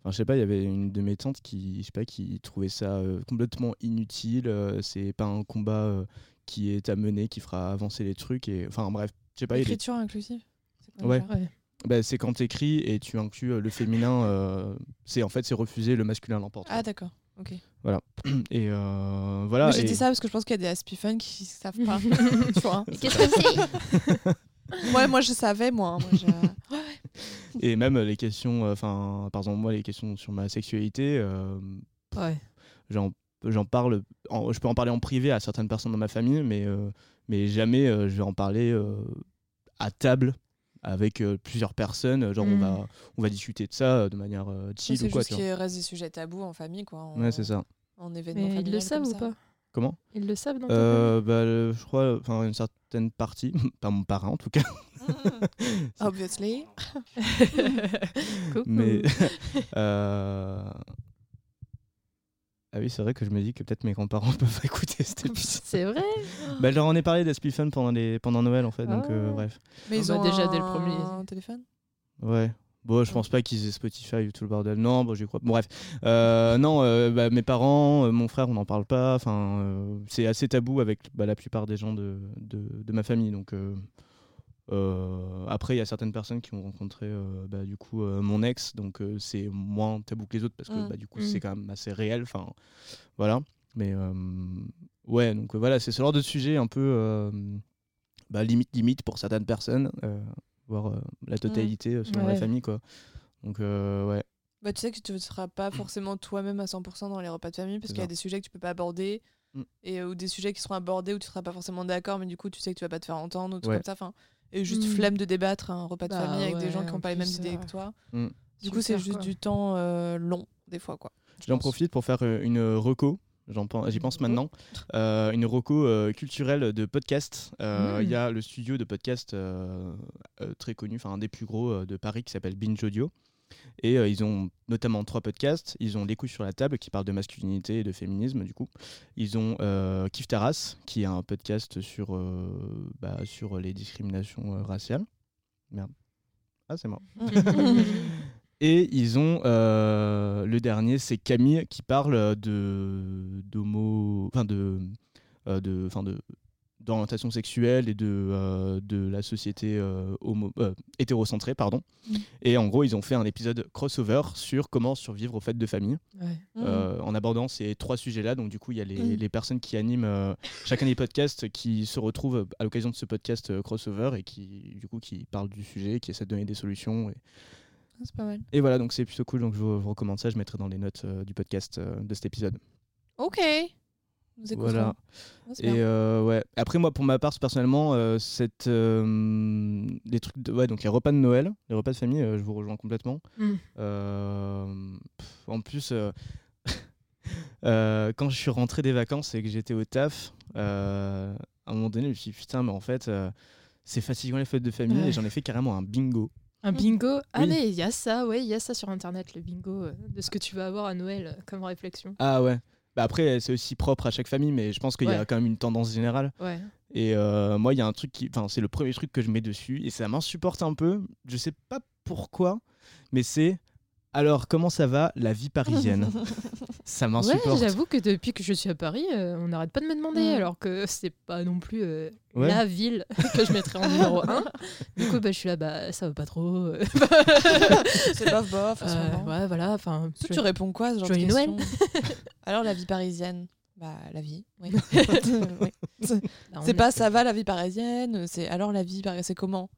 Enfin, je sais pas, il y avait une de mes tantes qui, je sais pas, qui trouvait ça euh, complètement inutile. euh, c'est pas un combat euh, qui est à mener, qui fera avancer les trucs. Et enfin, bref, je sais pas. il est- Écriture inclusive. c'est quoi Ouais. déjà Ouais. Bah, c'est quand t'écris et tu inclus euh, le féminin. euh, c'est en fait c'est refuser le masculin l'emporte. Ah, d'accord. Ok. Et euh, voilà. Mais j'ai et- dit ça parce que je pense qu'il y a des aspifans qui savent pas. tu vois. Qu'est-ce que c'est Ouais, moi je savais, moi. hein, moi, je- Et même euh, les questions, enfin par exemple moi les questions sur ma sexualité, euh, Ouais. j'en j'en parle. en- je peux en parler en privé à certaines personnes dans ma famille, mais euh, mais jamais euh, je vais en parler euh, à table avec euh, plusieurs personnes. Genre on Mm. va on va discuter de ça euh, de manière euh, chill ou Hmm. C'est quoi. juste Tu vois. qu'il reste des sujets tabous en famille, quoi. En, Ouais c'est ça. En événement Mais ils familial le comme savent ou ça. pas Comment Ils le savent dans ta famille Euh, bah, le- je crois, enfin une certaine partie, pas mon parrain en tout cas, Mhm. Obviously. Coucou. Hmm. mais euh, ah oui c'est vrai que je me dis que peut-être mes grands-parents peuvent écouter cet Oh, épisode. C'est vrai bah, je leur en ai parlé d'Aspifun pendant les pendant Noël en fait, donc Ah. euh, bref, Mais Bon, ils bah, ont déjà, dès le un premier- téléphone. ouais. Bon, je pense pas qu'ils aient Spotify ou tout le bordel. Non, bon, j'y crois. Bon, bref, Euh, non, euh, bah, mes parents, euh, mon frère, on n'en parle pas. Enfin, euh, c'est assez tabou avec bah, la plupart des gens de, de, de ma famille. Donc euh, euh, après, il y a certaines personnes qui ont rencontré euh, bah, du coup euh, mon ex, donc euh, c'est moins tabou que les autres parce que Mm. bah, du coup Mm. c'est quand même assez réel. Enfin, voilà. Mais euh, ouais, donc euh, voilà, c'est ce genre de sujet un peu euh, bah, limite limite pour certaines personnes, euh, voire euh, la totalité euh, selon la Ouais. famille quoi. Donc euh, ouais. Bah, tu sais que tu ne seras pas forcément toi-même à 100% dans les repas de famille parce Mm. C'est qu'il y a ça. des sujets que tu peux pas aborder Mm. et euh, ou des sujets qui seront abordés où tu seras pas forcément d'accord mais du coup tu sais que tu vas pas te faire entendre ou tout Ouais. comme ça enfin et juste Mm. flemme de débattre à un repas de Bah famille avec des ouais, gens qui en ont pas les mêmes plus, idées euh, que toi. Mm. Du coup, c'est Super, juste quoi. du temps euh, long des fois quoi. je J'en pense. profite pour faire euh, une reco. J'en pen- J'y pense maintenant. Euh, une reco euh, culturelle de podcast. Euh, Mm. Il y a le studio de podcast euh, euh, très connu, enfin un des plus gros euh, de Paris qui s'appelle Binge Audio. Et euh, ils ont notamment trois podcasts. Ils ont Les couches sur la table qui parle de masculinité et de féminisme du coup. Ils ont euh, Kif Taras qui est un podcast sur, euh, bah, Mm. sur les discriminations euh, raciales. Merde. Ah c'est moi. Et ils ont euh, le dernier, c'est Camille qui parle euh, de d'homo, enfin de, euh, de, enfin de d'orientation sexuelle et de euh, de la société euh, homo, euh, hétérocentrée, pardon. Mm. Et en gros, ils ont fait un épisode crossover sur comment survivre aux fêtes de famille. Ouais. euh, en abordant ces trois sujets-là. Donc, du coup, il y a les, Mm. les personnes qui animent euh, chacun des podcasts qui se retrouvent à l'occasion de ce podcast euh, crossover et qui, du coup, qui parlent du sujet, qui essaient de donner des solutions. Et, Ah, C'est pas mal. et voilà, donc c'est plutôt cool. Donc, je vous, vous recommande ça. Je mettrai dans les notes euh, du podcast euh, de cet épisode. Ok. Nous écouterons. Voilà. Ouais, c'est Et bien. euh, ouais. Après, moi, pour ma part, personnellement, euh, cette, euh, les trucs de, ouais, donc les repas de Noël, les repas de famille, euh, je vous rejoins complètement. Mm. Euh, pff, en plus, euh, euh, quand je suis rentré des vacances et que j'étais au taf, euh, à un moment donné, je me suis dit putain, mais en fait, euh, c'est fatigant les fêtes de famille Ouais. et j'en ai fait carrément un bingo. Mm. Un bingo. Ah, Oui. mais il y a ça, ouais, il y a ça sur internet, le bingo euh, de ce que tu vas avoir à Noël euh, comme réflexion. Ah ouais. Bah après, c'est aussi propre à chaque famille, mais je pense qu'il y a Ouais. quand même une tendance générale. Ouais. Et euh, moi, il y a un truc qui. Enfin, c'est le premier truc que je mets dessus et ça m'insupporte un peu. Je sais pas pourquoi, mais c'est. Alors, comment ça va la vie parisienne Ça Ouais, m'insupporte. j'avoue que depuis que je suis à Paris, euh, on n'arrête pas de me demander, Mm. alors que c'est pas non plus euh, Ouais. la ville que je mettrais en numéro 1. Du coup, bah, je suis là, bah, ça va pas trop. euh, C'est bof bof. en ce euh, moment. ouais, voilà, enfin. Toi, je- tu réponds quoi à ce genre Joyeux de Noël. question Alors, la vie parisienne Bah, la vie. Oui. Oui. bah, on C'est est- pas ça va la vie parisienne, c'est alors la vie parisienne, c'est comment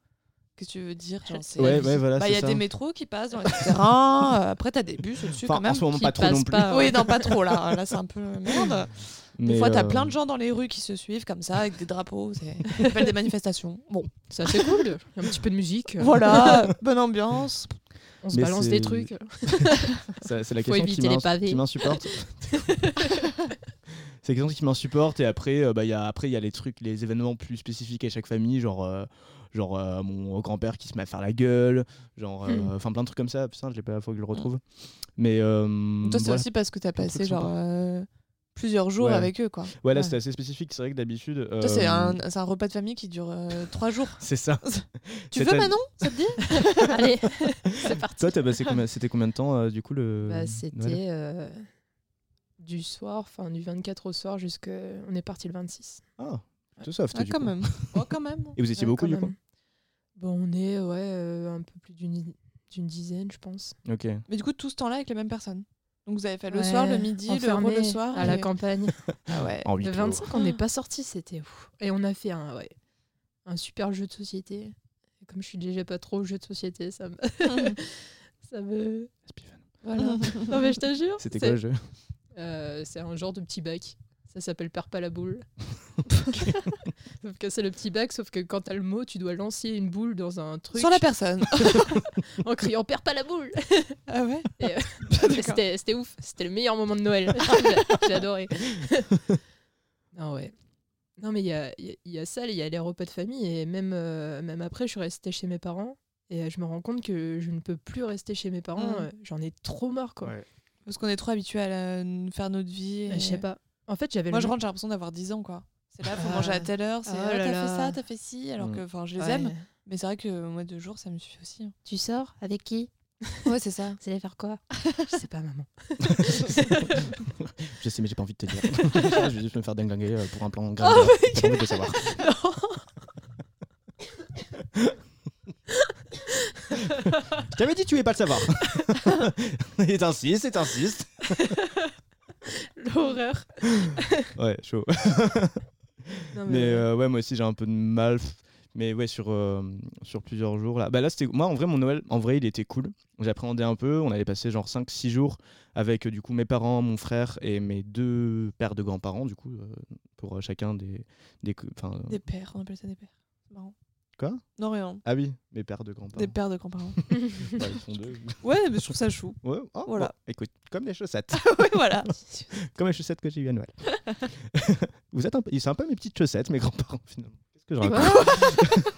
Qu'est-ce que tu veux dire Genre, c'est- Ouais, ouais, voilà, Bah, c'est il y a ça. des métros qui passent dans les terrains, euh, après t'as des bus au-dessus Enfin, quand même. Ah en ce moment, qui pas trop passe non plus. pas, ouais. Oui, non, pas trop là. Là, c'est un peu euh, merde. mais, des fois, t'as euh, plein de gens dans les rues qui se suivent comme ça avec des drapeaux. C'est ils appellent des manifestations. Bon, C'est assez cool. Il y a un petit peu de musique. euh, voilà, bonne ambiance. On se Mais balance c'est- des trucs. ça- C'est la question Faut qui éviter les m'ins- pavés. qui m'insupporte. c'est la question qui m'insupporte. Et après, euh, bah, il y a, après, il y a les trucs, les événements plus spécifiques à chaque famille, genre. euh, Genre euh, mon grand-père qui se met à faire la gueule, genre, euh, Hmm. enfin plein de trucs comme ça, putain, je l'ai pas, faut que je le retrouve. Mais. euh, Toi, c'est voilà. aussi parce que t'as Plein de passé trucs genre sympas. euh, plusieurs jours Ouais. avec eux, quoi. Ouais, là Ouais. c'était assez spécifique. C'est vrai que d'habitude. Toi, c'est euh, un, c'est un repas de famille qui dure euh, trois jours. C'est ça. Tu Cette veux, année- Manon Ça te dit Allez, c'est parti. Toi, t'as passé combien C'était combien de temps euh, du coup le Bah, Noël c'était euh, du soir, enfin du 24 au soir jusque on est parti le 26. Ah, plutôt soft. Ah, du quand coup. même. Oh, quand même. Et vous étiez Ouais, beaucoup quand du coup. même. Bon, on est ouais euh, un peu plus d'une d'une dizaine, je pense. Ok. Mais du coup, tout ce temps-là avec les mêmes personnes. Donc vous avez fait le Ouais, soir, le midi, enfermé le re le soir. à et- la campagne. Ah ouais. En huis le clos. 25, on n'est pas sorti, c'était ouf. Et on a fait un ouais, un super jeu de société. Et Comme je suis déjà pas trop au jeu de société, ça me ça me voilà. non mais je te jure. C'était c'est- quoi le jeu Euh, c'est un genre de petit bac. Ça s'appelle Perds pas la boule. sauf que c'est le petit bac, sauf que quand t'as le mot, tu dois lancer une boule dans un truc Sans la personne. en criant Perds pas la boule. ah ouais. Et, euh, D'accord. C'était c'était ouf. C'était le meilleur moment de Noël. J'ai adoré. non, ouais. Non, mais il y a, il y a- il y a ça, il y a les repas de famille. Et même, euh, même après, je suis restée chez mes parents. Et euh, je me rends compte que je ne peux plus rester chez mes parents. Mm. euh, J'en ai trop marre, quoi. Parce qu'on est trop habitué à la- faire notre vie. Euh, et- Je sais pas. En fait, j'avais Moi, le je rentre, j'ai l'impression d'avoir 10 ans, quoi. C'est là, faut Ah. manger à telle heure. C'est Ah ah, là t'as là. fait ça, t'as fait ci. Alors Mm. que, enfin, je les Ouais. aime. Mais c'est vrai que euh, moi, deux jours, ça me suffit aussi. hein. Tu sors avec qui Ouais, c'est ça. Vous allez faire quoi Je sais pas, maman. Je sais, mais j'ai pas envie de te dire. je vais juste me faire dinglinguer euh, pour un plan grave. J'ai pas envie de le savoir. Je t'avais dit, tu voulais pas le savoir. et t'insistes, et t'insistes. L'horreur. Ouais, chaud. Ah, Non, Mais ouais. euh, ouais, moi aussi j'ai un peu de mal. pff, Mais ouais, sur, euh, sur plusieurs jours là. Bah là, c'était. Moi, en vrai, mon Noël, en vrai, il était cool. J'appréhendais un peu. On avait passé genre 5-6 jours avec euh, du coup mes parents, mon frère et mes deux pères de grands-parents, du coup, euh, pour euh, chacun des. des co- enfin, euh, Des pères, on appelle ça des pères. C'est marrant. Quoi Non, rien. Ah oui, mes pères de grands-parents. Des pères de grands-parents. Ouais, ils sont deux. ouais, mais je trouve ça chou. Ouais, oh, Voilà. bon, écoute, comme les chaussettes. oui, voilà. comme les chaussettes que j'ai eues à Noël. Vous êtes un peu. C'est un peu mes petites chaussettes, mes grands-parents, finalement. Qu'est-ce que je raconte Quoi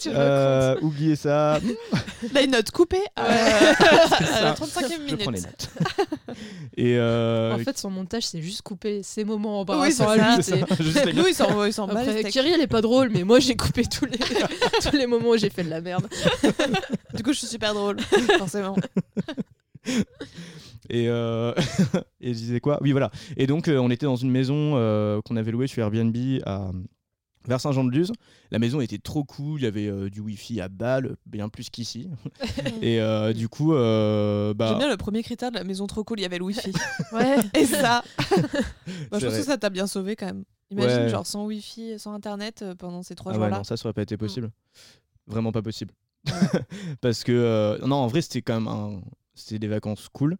Tu Euh, oubliez ça. racontes. Là, une note coupée à, à ça. la 35e Je prends les minute. notes. Et euh, En fait, son montage, c'est juste couper ces moments Oui, c'est embarrassants ça, à lui. c'est ça. t'es- Juste les Nous, ils s'en ils s'en battent, Après, les Kirill est pas drôle, mais moi j'ai coupé tous les, tous les moments où j'ai fait de la merde. textes. Du coup, je suis super drôle, forcément. Et, euh, et je disais quoi Oui, voilà. Et donc, euh, on était dans une maison euh, qu'on avait louée sur Airbnb à, vers Saint-Jean-de-Luz. La maison était trop cool. Il y avait euh, du Wi-Fi à balle, bien plus qu'ici. et euh, du coup, euh, bah, J'aime bien le premier critère de la maison trop cool, il y avait le wifi. Ouais. Et ça bah, C'est Je pense vrai. que ça t'a bien sauvé quand même. Imagine, Ouais. genre sans wifi, sans internet euh, pendant ces trois ah ouais, jours-là. non, ça, ça aurait pas été possible. Vraiment pas possible. Parce que, euh, non, en vrai, c'était quand même un- c'était des vacances cool.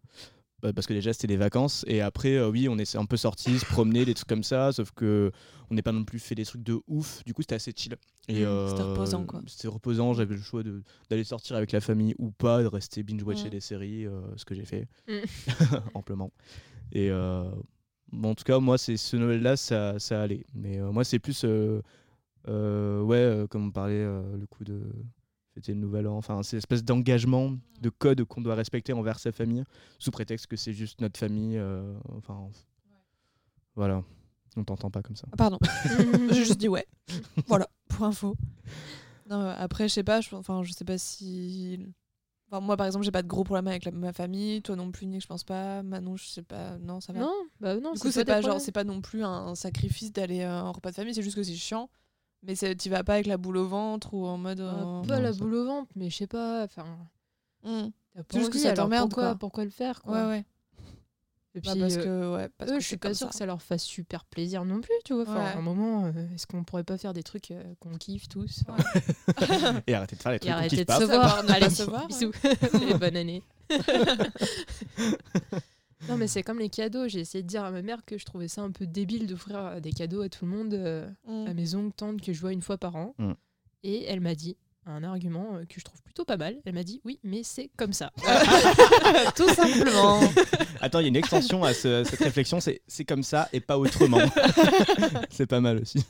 Bah, Parce que déjà c'était des vacances et après euh, oui on est un peu sortis se promener des trucs comme ça sauf que on n'est pas non plus fait des trucs de ouf du coup c'était assez chill et euh, Mm, c'était reposant, quoi. c'était reposant j'avais le choix de- d'aller sortir avec la famille ou pas de rester binge watcher Mm. des séries euh, ce que j'ai fait Mm. Mmh. amplement et euh, bon, en tout cas moi c'est ce Noël là ça, ça allait mais euh, moi c'est plus euh, euh, ouais, euh, comme on parlait, euh, le coup de fêter le nouvel an, enfin, c'est espèce d'engagement, de Mmh. code qu'on doit respecter envers sa famille, sous prétexte que c'est juste notre famille. euh, enfin, voilà, on t'entend pas comme ça. Ah, Pardon, j'ai juste dit ouais. Voilà, pour info. Non, euh, après, je sais pas, je, enfin, je sais pas si. Enfin, moi, par exemple, j'ai pas de gros problèmes avec la- ma famille. Toi non plus, Nick, je pense pas. Manon, je sais pas. Non, ça va. Non, bah non, du coup, c'est pas, genre, c'est pas non plus un, un sacrifice d'aller euh, en repas de famille. C'est juste que c'est chiant. Mais c'est- t'y vas pas avec la boule au ventre ou en mode. euh, pas Non, la ça- boule au ventre, mais je sais pas. Enfin, hmm. t'as pas C'est juste que envie, ça alors t'emmerde, Pourquoi, quoi. pourquoi le faire quoi. Ouais, ouais. Et Bah, puis, parce euh, que, ouais, parce eux, que je c'est suis comme pas sûre ça. que ça leur fasse super plaisir non plus, tu vois. Enfin, Ouais. à un moment, euh, est-ce qu'on pourrait pas faire des trucs euh, qu'on kiffe tous Enfin, Et arrêtez de faire les Et trucs qu'on arrêtez kiffe de pas. se voir. ne pas Allez, se voir, bisous. Et bonne année. non, mais c'est comme les cadeaux. J'ai essayé de dire à ma mère que je trouvais ça un peu débile d'offrir euh, des cadeaux à tout le monde, euh, Hmm. à mes oncles, tantes que je vois une fois par an. Mm. Et elle m'a dit un argument euh, que je trouve plutôt pas mal. Elle m'a dit oui, mais c'est comme ça. Tout simplement. Attends, il y a une extension à, ce- à cette réflexion, c'est c'est comme ça et pas autrement. c'est pas mal aussi.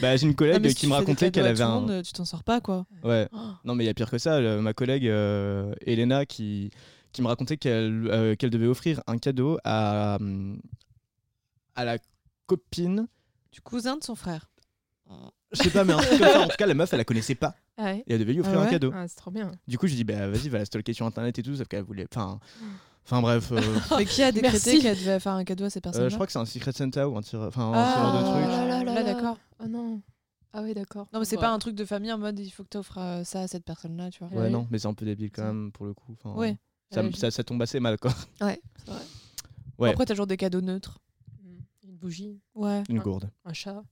Bah, j'ai une Non, collègue mais si qui tu me fais des racontait cadeaux qu'elle à avait tout le un. monde, tu t'en sors pas, quoi. Ouais. Oh. Non, mais il y a pire que ça. le- ma collègue euh, Elena qui, qui me racontait qu'elle euh, qu'elle devait offrir un cadeau à, hum, à la copine. Du cousin de son frère. Je sais pas, mais un truc comme ça. En tout cas, la meuf, elle la connaissait pas. Et elle devait lui offrir Ah ouais un cadeau. Ah, c'est trop bien. Du coup, je lui dis, bah vas-y, va la stalker sur internet et tout. Sauf qu'elle voulait. Enfin, Hmm. enfin bref. Ah, euh, Mais qui a décrété Merci. qu'elle devait faire un cadeau à ces personnes euh, je crois que c'est un Secret Santa ou un tireur, enfin, un Ah. tireur de truc. trucs. Oh là là Là, là. d'accord. Oh non. Ah oui, d'accord. Non, mais c'est Bah, pas un truc de famille en mode il faut que t'offres euh, ça à cette personne-là, tu vois. Ouais, Ouais. non, mais c'est un peu débile quand Ça. même pour le coup. Enfin, Ouais. Ça, Ouais, ça, ça tombe assez mal, quoi. Ouais, c'est vrai. Ouais. Après, t'as toujours des cadeaux neutres. Mm. Une bougie, Ouais. Une gourde. un chat.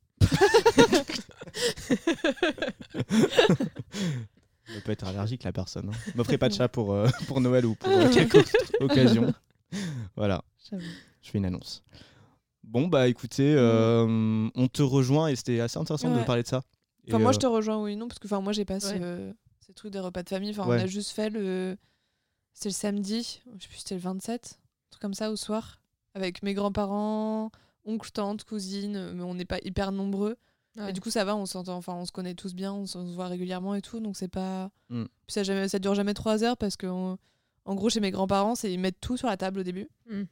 Elle peut être allergique, la personne. hein. M'offrez pas de chat pour, euh, pour Noël ou pour euh, quelque autre occasion. Voilà, J'avoue. je fais une annonce. Bon, bah écoutez, euh, on te rejoint et c'était assez intéressant de Hmm. Ouais. parler de ça. Enfin, Et, moi, euh, je te rejoins, oui, non, parce que enfin, moi, j'ai pas ce- ces trucs des repas de famille. Enfin, Ouais. on a juste fait le. C'était le samedi, je sais plus, c'était le 27, un truc comme ça, au soir, avec mes grands-parents, oncle, tante, cousine, mais on n'est pas hyper nombreux. Et du coup, ça va, on s'entend, enfin, on se connaît tous bien, on se on se voit régulièrement et tout, donc c'est pas. Mm. Puis ça, jamais, ça dure jamais trois heures parce que, on- en gros, chez mes grands-parents, c'est ils mettent tout sur la table au début. Mm.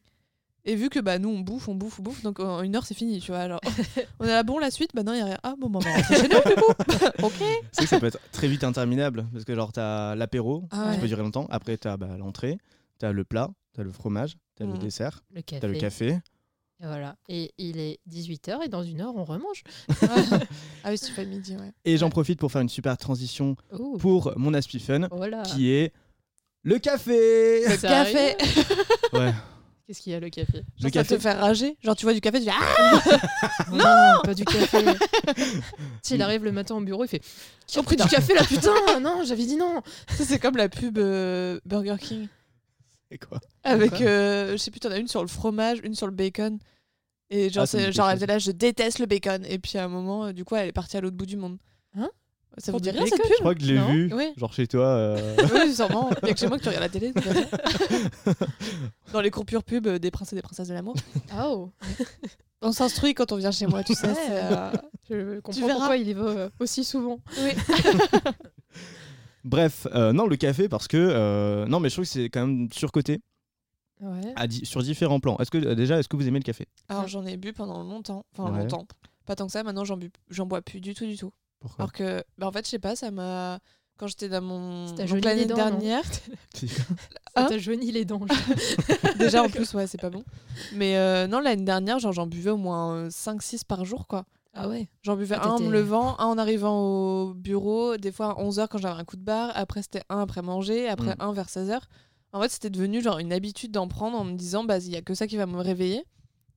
Et vu que bah nous on bouffe, on bouffe, on bouffe, donc en une heure c'est fini, tu vois. Alors on est là bon la suite, bah non il y a rien. Ah bon bah on va rentrer chez nous du coup. ok. C'est vrai que ça peut être très vite interminable parce que, genre, t'as l'apéro, Ah ça ouais. peut durer longtemps. Après, t'as bah, l'entrée, t'as le plat, t'as le fromage, t'as le Mhm. dessert, le café. t'as le café. Et voilà. Et il est 18h et dans une heure, on remange. Ouais. ah oui si tu fais le midi ouais. Et j'en profite pour faire une super transition Oh, pour mon Aspi Fun Oh, ah. voilà. qui est le café Le Café. Ouais. Qu'est-ce qu'il y a, le Le café Genre, ça te café. fait rager. Genre tu vois du café, tu dis ah Non, non Pas du café. S'il arrive le matin au bureau, il fait Qui a pris du café là, putain Non, j'avais dit non ça c'est comme la pub euh, Burger King Et quoi avec Pourquoi euh, je sais plus t'en as une sur le fromage, une sur le bacon. Et genre, Ah, ça me c'est- dit genre quelque elle était là, je déteste le bacon. Et puis à un moment, euh, du coup, elle est partie à l'autre bout du monde. Hein Ça Pour vous dit du rien cette bacon, pub je Je crois que je l'ai Non. vu, Oui. genre chez toi. euh, Oui, sûrement. Il y a que chez moi que tu regardes la télé. de toute façon. Dans les coupures pub euh, des princes et des princesses de l'amour. Oh, On s'instruit quand on vient chez moi, tu sais. Ouais. c'est, euh, je comprends verras. pourquoi il y va euh, aussi souvent. Oui. Bref, euh, non, le café, parce que. euh, non, mais je trouve que c'est quand même surcoté Ouais. à di- sur différents plans. Est-ce que, euh, déjà, est-ce que vous aimez le café Alors j'en ai bu pendant longtemps. Enfin, Ouais. longtemps. Pas tant que ça. Maintenant, j'en bu- j'en bois plus du tout, du tout. Pourquoi Alors que, bah, en fait, je sais pas, ça m'a. Quand j'étais dans mon. C'est ta donc jolie l'année dent, non dernière. Ça Hein t'a jauni les dents. Déjà, en plus, ouais, c'est pas bon. Mais euh, non, l'année dernière, genre, j'en buvais au moins 5-6 par jour, quoi. Ah ouais. J'en buvais Ah, un en me t'étais- levant, un en arrivant au bureau, des fois à 11h quand j'avais un coup de barre, après c'était un après manger, après Mm. un vers 16h. En fait, c'était devenu genre une habitude d'en prendre en me disant, bah, il y a que ça qui va me réveiller.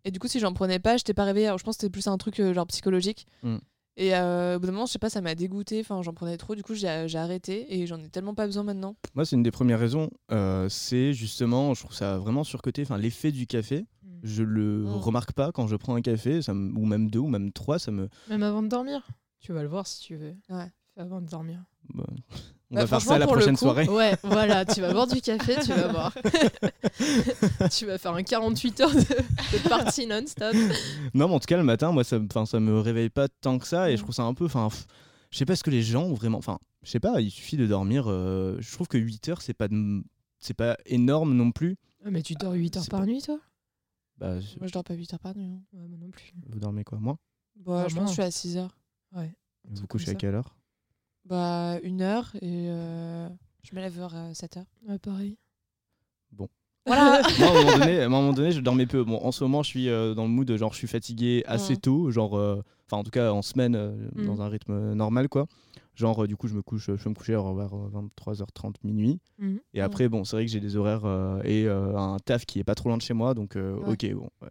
Et du coup, si j'en prenais pas, j'étais pas réveillée. Alors, je pense que c'était plus un truc euh, genre psychologique. Mm. Et euh, au bout d'un moment, je sais pas, ça m'a dégoûté. Enfin, j'en prenais trop, du coup, j'ai j'ai arrêté et j'en ai tellement pas besoin maintenant. Moi, c'est une des premières raisons. euh, c'est justement, je trouve ça vraiment surcoté. Enfin, l'effet du café, Mm. je le Mm. remarque pas quand je prends un café, ça me- ou même deux, ou même trois, ça me. Même avant de dormir. Tu vas le voir si tu veux. Ouais. Avant de dormir. bah, on va Bah, faire franchement, ça à la pour le prochaine coup, soirée. Ouais, voilà, tu vas boire du café, tu vas boire. tu vas faire un 48 heures de, de party non-stop. Non, mais en tout cas, le matin, moi, ça, me- enfin, ça me réveille pas tant que ça, et Mm. je trouve ça un peu. Enfin, pff, je sais pas ce que les gens ont vraiment. Enfin, je sais pas. Il suffit de dormir. euh, je trouve que 8 heures, c'est pas, de- c'est pas énorme non plus. Ah, Mais tu dors 8 heures C'est par nuit, toi Bah, je- Moi, je dors pas 8h par nuit. hein. Ouais, moi non plus. vous dormez quoi, moi Bah, Ah, je pense que moi. je suis à 6h. Un Vous truc couchez comme à ça. quelle heure Bah, une heure et euh, je me lève vers 7h. Ouais, pareil. Voilà! Moi, à un moment donné, à un moment donné, je dormais peu. Bon, en ce moment, je suis euh, dans le mood de genre, je suis fatigué assez Mm. tôt, genre, euh, enfin, en tout cas, en semaine, euh, Mm. dans un rythme normal, quoi. Genre, euh, du coup, je me couche, je peux me coucher vers vers, euh, 23h30 minuit. Mhm. Et après, bon, c'est vrai que j'ai des horaires euh, et euh, un taf qui est pas trop loin de chez moi, donc euh, Ouais. ok, bon. ouais.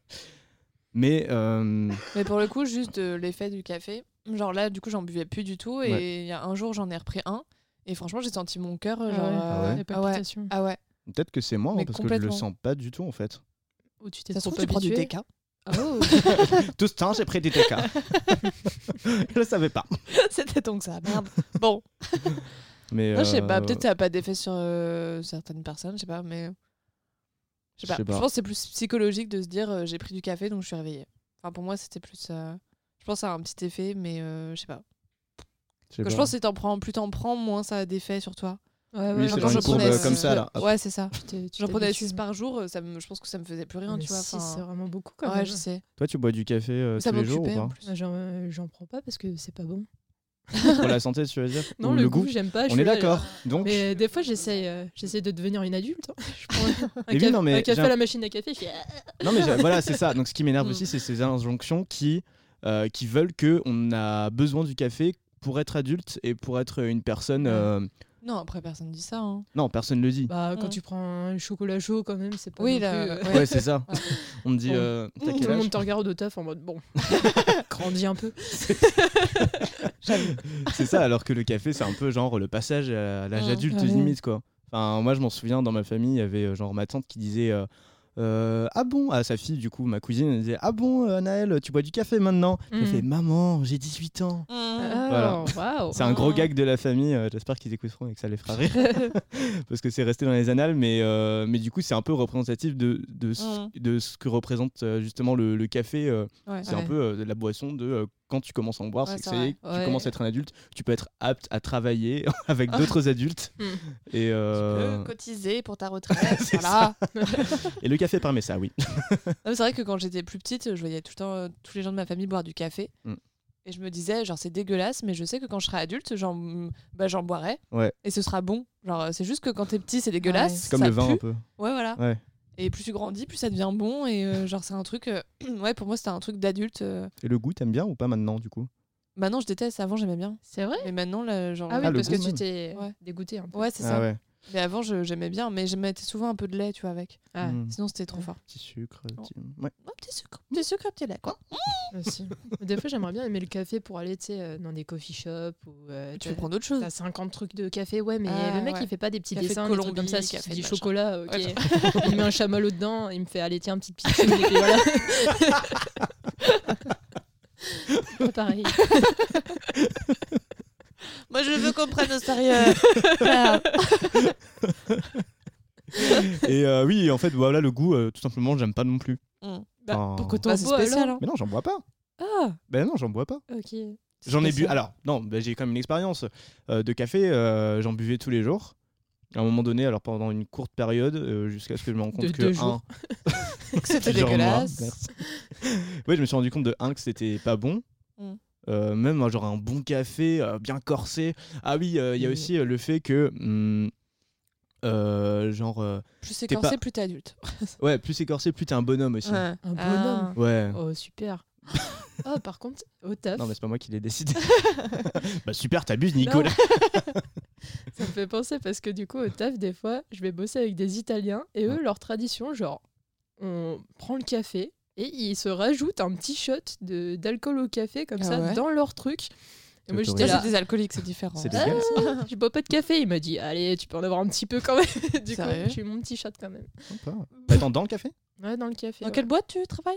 Mais euh, Mais pour le coup, juste euh, l'effet du café. Genre là, du coup, j'en buvais plus du tout. Et il y a un jour, j'en ai repris un. Et franchement, j'ai senti mon cœur. euh, Ah genre, ouais. Ah euh, ouais Les ah ouais. palpitations. Ah ouais. peut-être que c'est moi, hein, Mais parce que je le complètement. sens pas du tout, en fait. Ou tu t'es Ça se trop trouve, tu prends du habitué. TK. Oh, Tout ce temps, j'ai pris des TK. je le savais pas. C'était donc ça. Merde. Bon. Mais, Moi, je sais pas. euh, Peut-être que ça a pas d'effet sur euh, certaines personnes. Je sais pas. Mais. Je sais pas. Je sais pas. Je pense que c'est plus psychologique de se dire euh, j'ai pris du café, donc je suis réveillée. Enfin, pour moi, c'était plus. euh, Je pense que ça a un petit effet, mais euh, je sais Eh pas. je sais Je pas. pense que si t'en prends, plus t'en prends, moins ça a d'effet sur toi. ouais, Oui, ouais, c'est dans Genre, quand une j'en courbe prenais euh, comme six- ça, là. Hop. Ouais, c'est ça. J'en prenais 6 six par jour, euh, ça me, je pense que ça me faisait plus rien, tu vois. enfin. c'est vraiment beaucoup quand Ouais, même. je sais. Toi, tu bois du café euh, ça tous les jours ou m'occupait pas en plus. Moi, J'en euh, j'en prends pas parce que c'est pas bon. Pour la santé, tu veux dire Non, Ou le, goût, j'aime pas. je On suis est là, d'accord. genre- Donc, Mais euh, des fois, j'essaye euh, j'essaye de devenir une adulte. hein. Je prends un, Eh oui, caf- non, mais un café j'ai- à la machine à café. je fais, ah, non, mais j'ai- voilà, c'est ça. Donc, ce qui m'énerve Mm. aussi, c'est ces injonctions qui, euh, qui veulent que on a besoin du café pour être adulte et pour être une personne. euh, Non, après, personne dit ça. hein. Non, personne le dit. Bah, quand Mm. tu prends un chocolat chaud, quand même, c'est pas. Oui, non là, plus, euh, ouais, c'est ça. Ouais. On me dit. Bon. euh, T'as Tout quel le âge monde te regarde au taf en mode bon, grandis un peu. C'est ça, alors que le café, c'est un peu genre le passage à l'âge Mm. adulte, Ah oui. limite, quoi. Enfin, moi, je m'en souviens, dans ma famille, il y avait euh, genre ma tante qui disait. euh, Euh, ah bon à sa fille du coup ma cousine elle disait ah bon euh, Anaëlle tu bois du café maintenant elle Mm. fait maman j'ai 18 ans Mmh. Voilà. Ah, waouh. C'est un gros Ah. gag de la famille, euh, j'espère qu'ils écouteront et que ça les fera rire. Parce que c'est resté dans les annales, mais, euh, mais du coup, c'est un peu représentatif de, de, ce, Mhm. de ce que représente euh, justement le, le café. euh, Ouais. c'est un Ouais. peu euh, de la boisson de euh, quand tu commences à en boire, Ouais, c'est que c'est ça y est, tu Ouais. commences à être un adulte, tu peux être apte à travailler avec d'autres adultes. Et, Mhm. Mm. Tu euh, peux cotiser pour ta retraite. C'est voilà. et le café permet ça, oui. Non, mais C'est vrai que quand j'étais plus petite, je voyais tout le temps euh, tous les gens de ma famille boire du café. Mm. Et je me disais, genre, c'est dégueulasse, mais je sais que quand je serai adulte, j'en bah, j'en boirai. Ouais. Et ce sera bon. Genre, euh, c'est juste que quand t'es petit, c'est dégueulasse. Ouais. C'est comme ça le vin pue. un peu. Ouais, voilà. Ouais. Et plus tu grandis, plus ça devient bon. Et euh, genre, c'est un truc. euh, ouais, pour moi, c'était un truc d'adulte. euh. Et le goût, t'aimes bien ou pas maintenant du coup Maintenant, Bah je déteste. Avant, j'aimais bien. C'est vrai Mais maintenant, là, genre. euh, Ah oui, Ah, le parce que goût tu même. t'es Ouais. dégoûté un peu. Ouais, c'est Ah ça. ouais, Mais avant, je- j'aimais bien, mais je mettais souvent un peu de lait, tu vois, avec. Ah, Mm. Sinon, c'était trop Ouais. fort. petit sucre. Oh. petit- ouais. Oh, petit sucre, petit sucre, petit lait, quoi. aussi. Des fois, j'aimerais bien aimer le café pour aller tu sais, euh, dans des coffee shops ou. euh, Tu t'as- peux prendre autre chose. T'as 50 trucs de café, ouais, mais Ah, le mec ouais. il fait pas des petits Café de dessins, des trucs comme Colombie, ça, si café c'est de du machin. chocolat, ok. Ouais, il met un chamallow dedans, il me fait allez tiens, petite piscine, et puis voilà. C'est pas pareil. Moi, je veux qu'on prenne au sérieux. Ah. Et euh, oui, en fait, voilà, le goût, euh, tout simplement, j'aime pas non plus. Bah, Oh. pourquoi t'en Bah, c'est bois, alors spécial. hein. Mais non, j'en bois pas. Ah, Ben non, j'en bois pas. ok. J'en ai bu. Spécial. Alors, non, ben, j'ai quand même une expérience euh, de café. euh, j'en buvais tous les jours. À un moment donné, alors pendant une courte période, euh, jusqu'à ce que je me rende compte De que deux un, jours. C'était plusieurs mois, dégueulasse. merci. ouais, je me suis rendu compte de un que c'était pas bon. Mm. Euh, même euh, genre un bon café euh, bien corsé. Ah oui, euh, il y a Mm. aussi euh, le fait que hum, euh, genre euh, Plus c'est T'es corsé, pas- plus t'es adulte. ouais, plus c'est corsé, plus t'es un bonhomme aussi. Ouais. Ah. Un bonhomme. Ouais. Oh, super. oh, par contre, au taf, Non mais c'est pas moi qui l'ai décidé. bah super, t'abuses Nicolas. ça me fait penser parce que du coup, au taf, des fois, je vais bosser avec des Italiens et eux, leur tradition, genre, on prend le café et ils se rajoutent un petit shot de- d'alcool au café comme Ah ça ouais dans leur truc. Et moi, Autorisé. j'étais Toi, là. c'est des alcooliques, c'est différent. C'est Ah, légal. ça je bois pas de café. Il m'a dit, allez, tu peux en avoir un petit peu quand même. du coup, Sérieux j'ai eu mon petit shot quand même. Sympa. Bah, Attends, dans le café Ouais, dans le café. Dans ouais. quelle boîte tu travailles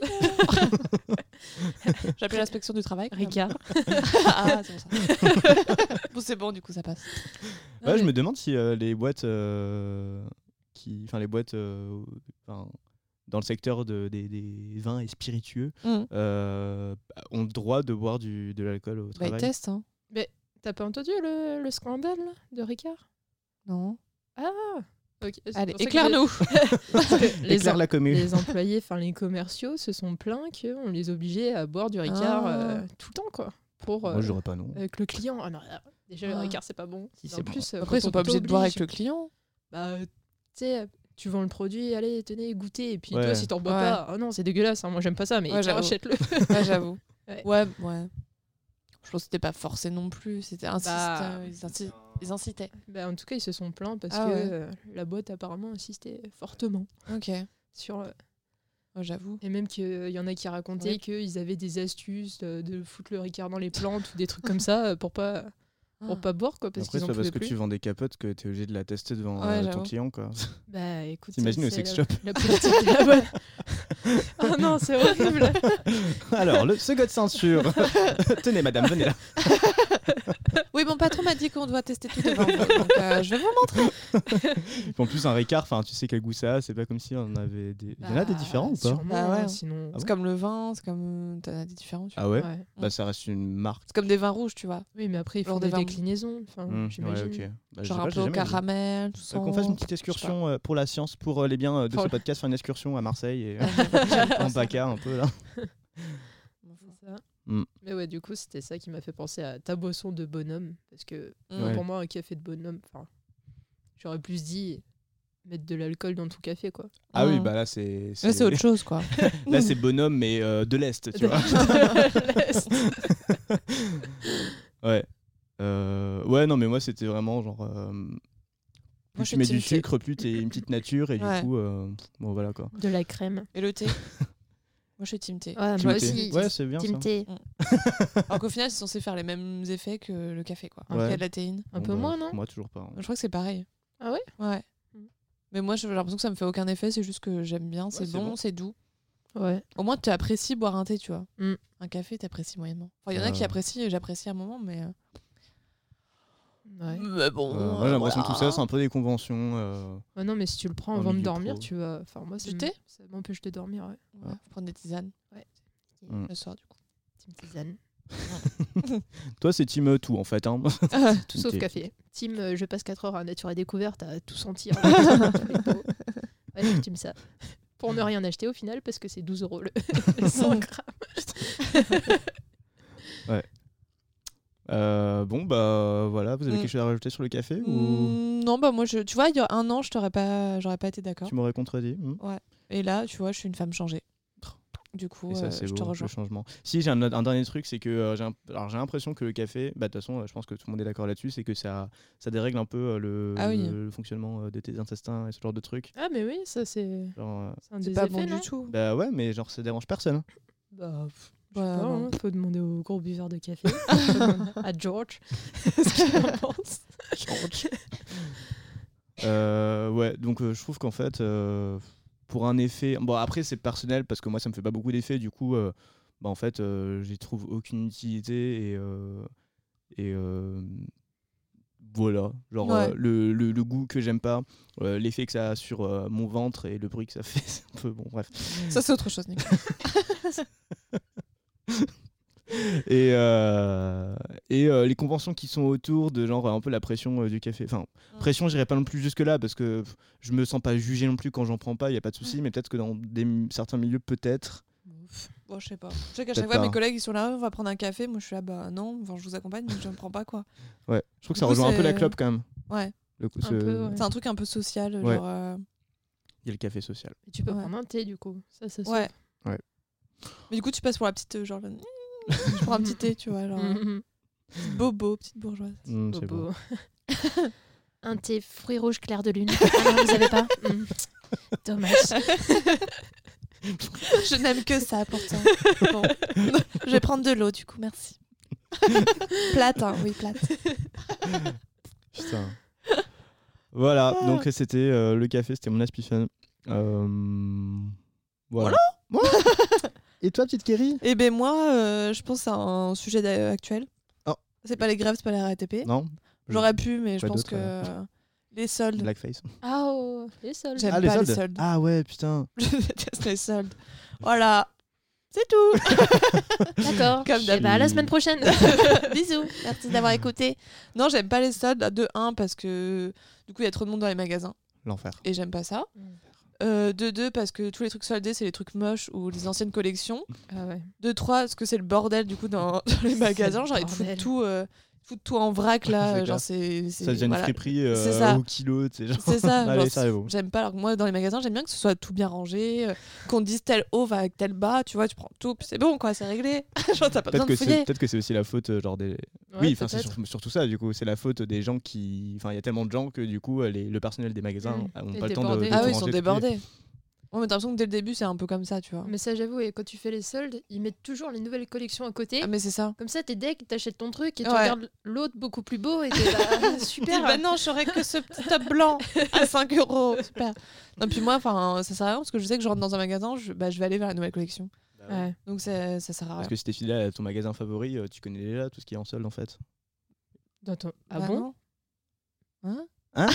euh J'appelle l'inspection du travail. quand même. Ricard. ah, c'est bon ça. bon, c'est bon, du coup, ça passe. Ouais, Ah, je mais- me demande si euh, les boîtes euh, qui, enfin les boîtes euh, enfin, dans le secteur de- des, des vins et spiritueux Mm. euh, ont le droit de boire du, de l'alcool au Bah, ils travail. testent, hein. T'as pas entendu le, le scandale là, de Ricard Non. Ok, c'est Allez, pour ça que éclaire-nous. les- les, Éclaire em- la commune. les employés, enfin les commerciaux, se sont plaints qu'on les obligeait à boire du Ricard Ah. euh, tout le temps, quoi. Pour, Moi, euh, je dirais pas non. avec le client. Ah non, là, déjà, le Ah. Ricard, c'est pas bon. Si, Et c'est en bon. plus, euh, Après, ils quand sont on pas obligés de boire avec t'oblige, le client. Bah, euh, tu sais, tu vends le produit, allez, tenez, goûtez. Et puis Ouais. toi, si t'en bois Ouais. pas, ah non, c'est dégueulasse, hein, moi j'aime pas ça, mais Ouais, tiens, j'avoue. achète-le. Ouais, j'avoue. Ouais. Ouais, ouais. Je pense que c'était pas forcé non plus. C'était insiste, Bah. euh, ils, insi- ils incitaient. Bah, en tout cas, ils se sont plaints parce Ah que ouais. euh, la boîte apparemment insistait fortement Ok. Ouais, sur euh, j'avoue. Et même qu'il y en a qui racontaient Oui. qu'ils avaient des astuces euh, de foutre le ricard dans les plantes ou des trucs comme ça euh, pour pas, pour Ah. pas boire, quoi, parce Après, qu'ils c'est en pas parce pouvaient que plus. tu vends des capotes que t'es obligé de la tester devant Ouais, euh, ton j'avoue. client, quoi. Bah écoute, T'imagines ça, au c'est sex la- shop La politique de la boîte. oh non, c'est horrible. Alors, le, ce gars de ceinture. Tenez, madame, venez là. Oui, mon patron m'a dit qu'on doit tester tout devant vous, donc euh, je vais vous montrer. Puis en plus, un Ricard, enfin, tu sais quel goût ça a. C'est pas comme si on avait des. Il y en a des Bah, différents ou pas Sûrement, Bah ouais. hein, sinon. Ah C'est comme le vin, c'est comme. T'en as des différents, tu vois. Ah ouais, Ouais. Bah, ça reste une marque. C'est comme des vins rouges, tu vois. Oui, mais après, ils font Genre des des vins- déclinaisons. Enfin, Hmm, ouais, Mmh, j'imagine. ok. Bah, je sais Genre pas, un j'ai peu au jamais goûté. caramel, tout ça. Euh, Qu'on fasse une petite excursion euh, pour la science, pour euh, les biens euh, de Pour ce le- podcast, faire une excursion à Marseille et euh, en PACA un peu là. C'est ça. Hmm. Mais ouais, du coup, c'était ça qui m'a fait penser à ta boisson de bonhomme. Parce que Mm. Mm. Ouais. pour moi, un café de bonhomme, enfin, j'aurais plus dit mettre de l'alcool dans tout café, quoi. Ah oui, bah là c'est Là, c'est autre chose, quoi. là, c'est bonhomme mais euh, de l'est, tu vois. L'Est. Ouais. Euh, ouais, non mais moi c'était vraiment genre euh, plus je tu suis mets du team thé. sucre, plus t'es une petite nature et Ouais. du coup euh, bon voilà quoi. De la crème. Et le thé Moi, je suis team thé. Ouais, Team Ah, moi thé. aussi. Ouais, c'est bien ça. Team thé. Alors qu'au final, c'est censé faire les mêmes effets que le café, quoi. Ouais. Il y a de la théine. Un Bon, peu bah, moins, non Moi toujours pas. hein. Je crois que c'est pareil. Ah ouais Ouais. Mm. Mais moi, j'ai l'impression que ça me fait aucun effet, c'est juste que j'aime bien, c'est c'est bon, bon. c'est doux. Ouais. Au moins, tu apprécies boire un thé, tu vois. Mm. Un café, tu apprécies moyennement. Enfin, il y en a Ah Ouais. qui apprécient et j'apprécie à un moment, mais. euh, ouais. Mais bon. Euh, moi euh, j'ai l'impression que voilà. tout ça c'est un peu des conventions. euh, Ouais, non, mais si tu le prends En avant de milieu dormir, pro. tu vas. Enfin, moi, ça Du me- thé Ça m'empêche de dormir, ouais. Ouais, faut prendre des tisanes. Ouais. Mm. Le soir, du coup. Team tisane. Toi c'est team euh, tout en fait. Hein. Tout sauf Thé. café. Team, euh, je passe 4 heures à nature et découverte à tout sentir. tous les pots. ouais, je suis team ça. Pour ne rien acheter au final, parce que c'est 12 euros le, le 100 grammes. Euh, bon bah voilà, vous avez Mm. quelque chose à rajouter sur le café ou Mm, Non, bah moi, je... tu vois, il y a un an, je t'aurais pas... j'aurais pas été d'accord. tu m'aurais contredit hmm Et là, tu vois, je suis une femme changée. Du coup, Et ça, euh, c'est je te beau, rejoins. le changement. Si, j'ai un, autre- un dernier truc, c'est que euh, j'ai un- alors, j'ai l'impression que le café, bah, de toute façon, euh, je pense que tout le monde est d'accord là-dessus, c'est que ça, ça dérègle un peu euh, le, Ah oui. le fonctionnement euh, de tes intestins et ce genre de trucs. Ah, mais oui, ça, c'est Genre, euh, c'est un C'est des pas effets, bon non du tout. bah ouais, mais genre, ça dérange personne. hein. Bah, pff, je sais Ah Ouais, pas, non. hein, faut demander au gros buveur de café, faut demander à George, ce qu'il en pense. Euh, ouais, donc euh, je trouve qu'en fait, euh, pour un effet. Bon, après, c'est personnel parce que moi, ça me fait pas beaucoup d'effets, du coup, euh, bah, en fait, euh, j'y trouve aucune utilité et. euh, et euh, voilà, genre Ouais. euh, le, le- le goût que j'aime pas, euh, l'effet que ça a sur euh, mon ventre et le bruit que ça fait, c'est un peu bon, bref. Ça, c'est autre chose, Nico. Et, euh, et euh, les conventions qui sont autour de genre un peu la pression euh, du café. Enfin, Mm. pression, j'irai pas non plus jusque-là parce que pff, je me sens pas jugé non plus quand j'en prends pas, il y a pas de souci, mais peut-être que dans des, certains milieux, peut-être. Bon, je sais pas. Je sais qu'à Peut-être chaque fois, mes pas. hein. collègues, ils sont là, on va prendre un café. Moi, je suis là, bah non, enfin, je vous accompagne, donc je ne prends pas, quoi. Ouais, je trouve que Du ça coup, rejoint un peu la c'est- clope quand même. Ouais. Le coup, Un ce- peu, ouais. C'est un truc un peu social, genre. Mm. Ouais. euh, Il y a le café social. Et tu peux Ouais. prendre un thé du coup. Ça, ça Ouais. Ouais. Mais du coup, tu passes pour la petite, euh, genre, le- je prends un petit thé, tu vois, genre, euh, petite bobo, petite bourgeoise. Mm, c'est bon. Un thé fruits rouges clair de lune. Ah non, vous avez pas Hmm. Dommage. je n'aime que ça, pourtant. Bon. je vais prendre de l'eau, du coup, merci. plate, hein, oui, plate. Putain. voilà, Ah. donc c'était euh, le café, c'était mon aspifan. Euh, Voilà. Ouais. Et toi, petite Kerry Et ben moi, euh, je pense à un sujet d'a- euh, actuel. Oh. C'est pas les grèves, c'est pas la RATP. Non J'aurais pu, mais je Quoi pense d'autre, que les soldes. Blackface. Ah oh, les sols. J'aime pas les soldes. euh, Ah ouais, putain. Je déteste les soldes. Voilà, c'est tout. D'accord. Comme Eh d'hab. bah, à la semaine prochaine. Bisous. Merci d'avoir écouté. Non, j'aime pas les soldes de 1 parce que du coup il y a trop de monde dans les magasins L'enfer. et j'aime pas ça. Mm. Euh, de 2 parce que tous les trucs soldés c'est les trucs moches ou les anciennes collections. Ah ouais. De 3 parce que c'est le bordel du coup dans, dans les magasins. Genre ils te foutent bordel. tout, euh, ils foutent tout en vrac là. C'est genre clair. c'est c'est- Ça devient une voilà. friperie euh, C'est ça. au kilo, tu sais, genre. C'est ça. Allez, genre, ça va. J'aime pas. Alors que moi, dans les magasins, j'aime bien que ce soit tout bien rangé, euh, qu'on te dise tel haut va avec tel bas, tu vois, tu prends tout, puis c'est bon, quoi, c'est réglé. Genre, t'as pas Peut-être besoin de que c'est fouiller. peut-être que c'est aussi la faute euh, genre des oui enfin c'est sur- surtout ça du coup c'est la faute des gens qui enfin il y a tellement de gens que du coup euh, les- le personnel des Mmh. magasins Mm. n'ont Et pas le temps de, débordés. de Ah tout oui, ils sont ranger, tout débordés. Ouais, mais t'as l'impression que dès le début, c'est un peu comme ça, tu vois. Mais ça, j'avoue, et quand tu fais les soldes, ils mettent toujours les nouvelles collections à côté. Ah, mais c'est ça. Comme ça, t'es deck, t'achètes ton truc et tu Ouais. regardes l'autre beaucoup plus beau et t'es là, Dis, bah super. non, j'aurais que ce petit top blanc à 5 euros. Super. Non, puis moi, enfin, ça sert à rien parce que je sais que je rentre dans un magasin, je, bah, je vais aller vers la nouvelle collection. pied. Ouais. Donc ça, ça sert à Bah Parce rien. que si t'es fidèle à ton magasin favori, euh, tu connais déjà tout ce qui est en solde en fait. Dans ton- Ah Bah, bon non. Hein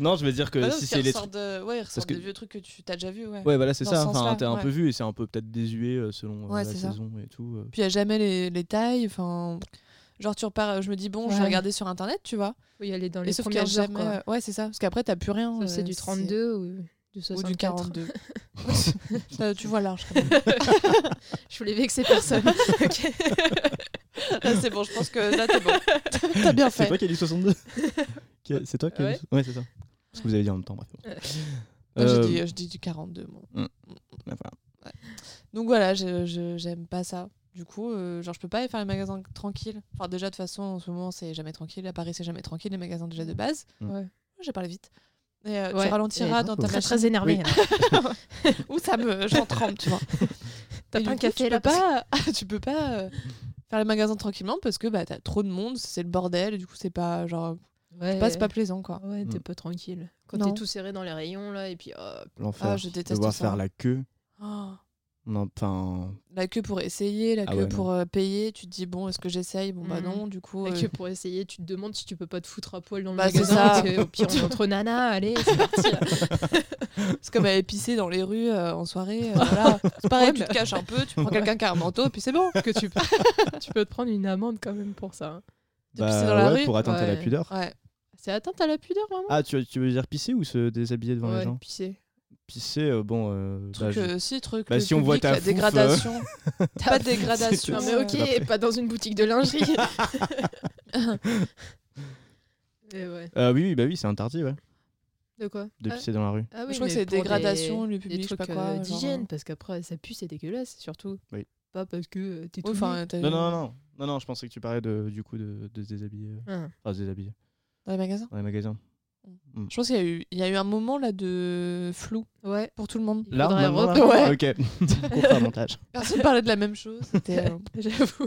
Non, je veux dire que Bah non, si parce c'est qu'ils les ressortent trucs. de... ouais, ils ressortent que- des vieux trucs que tu t'as déjà vu, ouais. Ouais, voilà, c'est dans ce ça. Enfin, sens-là, t'es un peu ouais. vu et c'est un peu peut-être désuet euh, selon euh, Ouais, la c'est ça. saison et tout. euh. Puis il n'y a jamais les, les tailles. Enfin, genre, tu repars, je me dis, bon, je vais Ouais. regarder sur internet, tu vois. Faut y aller dans Et les sauf qu'il y a premières heures, jamais. quoi. Ouais, c'est ça. Parce qu'après, t'as plus rien. Sauf c'est euh, du 32 ou du Ou du 64. 42. Ça, tu vois large. quand même. Je voulais vexer personne. Ok. Là, c'est bon, je pense que là, t'es bon. t'as bien C'est fait. toi qui as du 62 Qui a- C'est toi qui as Ouais. du. Ouais, c'est ça. Parce que vous avez dit en même temps, bref. Non, Euh, j'ai dit- euh, je dis du 42, moi. bah, voilà. Donc voilà, je- je- j'aime pas ça. Du coup, euh, genre, je peux pas aller faire les magasins tranquilles. Enfin, déjà, de toute façon, en ce moment, c'est jamais tranquille. À Paris, c'est jamais tranquille, les magasins déjà de base. Mm. Ouais. J'ai parlé vite. Et, euh, Ouais. Tu ralentiras Et dans ta Très machine. très hein. énervé. Oui. alors. Ou ça me. J'en trempe, tu vois. T'as Et du pas un coup, café tu là peux pas, tu peux pas euh, faire les magasins tranquillement parce que bah t'as trop de monde, c'est le bordel, et du coup c'est pas genre Ouais. Ah je sais pas c'est pas plaisant quoi. Ouais, t'es Mm. pas tranquille. Quand Non. t'es tout serré dans les rayons là et puis hop. L'enfer. Ah, je déteste Devoir ça. faire la queue. Oh, Non, enfin. la queue pour essayer, la Ah queue ouais, non. pour euh, payer, tu te dis bon est-ce que j'essaye Bon bah Mhm. non, du coup. Et euh, que pour essayer, tu te demandes si tu peux pas te foutre à poil dans le Bah, c'est magasin. ça. Parce que, au pire, on est entre nana, allez, c'est parti. là. C'est comme à épicer dans les rues euh, en soirée. euh, voilà. C'est pareil, tu te caches un peu, tu prends quelqu'un qui a un manteau, puis c'est bon. que tu peux, tu peux te prendre une amende quand même pour ça. hein. pisser dans la bah, ouais, rue pour atteindre à la Ouais. pudeur. Ouais. C'est atteinte à la pudeur, vraiment Ah, tu, tu veux dire pisser ou se déshabiller devant les Ouais, gens pisser. Pisser, euh, bon. euh, bah, Truc, je- euh, si, truc. Bah, le si on voit public, ta la fouf, euh, dégradation. pas de dégradation. Non, tout. mais euh, C'est ok, pas dans une boutique de lingerie. Et ouais. Euh, oui, oui, bah oui, c'est interdit, ouais, De quoi de Ah, pisser dans la rue. ah Je crois que mais c'est pour dégradation, des- lieu des public, je sais trucs, pas quoi, euh, genre, D'hygiène, euh. parce qu'après, ça pue, c'est dégueulasse, surtout. Oui. Pas parce que euh, t'es tout. ouais, enfin, nu. hein, t'as- Non, non, non, non, non, je pensais que tu parlais de, du coup de, de se déshabiller. euh, Hein. Enfin, se déshabiller Dans les magasins. dans les magasins. Je pense qu'il y, a eu- il y a eu un moment là de flou Ah. Ouais. pour tout le monde. Il faudrait maintenant, reprendre. là Ok, pour faire un montage. Personne parlait de la même chose. C'était. euh, J'avoue.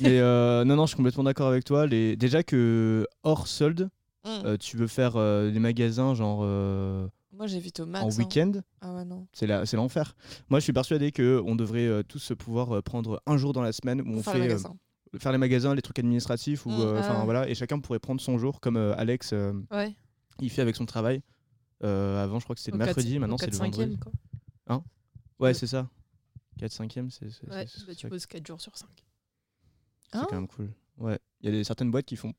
Mais euh, non, non, je suis complètement d'accord avec toi. Les... Déjà que hors solde, mm. euh, tu veux faire euh, des magasins genre euh, Moi, j'évite au max. en hein. week-end, Ah ouais, non. c'est la- c'est l'enfer. Moi, je suis persuadé que on devrait euh, tous pouvoir euh, prendre un jour dans la semaine où on Pour faire fait le euh, magasin. faire les magasins, les trucs administratifs, ou Mm, euh, enfin ah. voilà, et chacun pourrait prendre son jour comme euh, Alex, euh, Ouais. il fait avec son travail. Euh, avant, je crois que c'était le Au quatre- mercredi, maintenant au c'est le 4-5e, vendredi. quoi. Ouais, Euh, c'est ça. 4 5 e c'est c'est- Ouais, c'est- bah, tu c'est- poses Hein 4 jours sur 5. c'est Hein, quand même cool. Ouais, il y a des, certaines boîtes qui font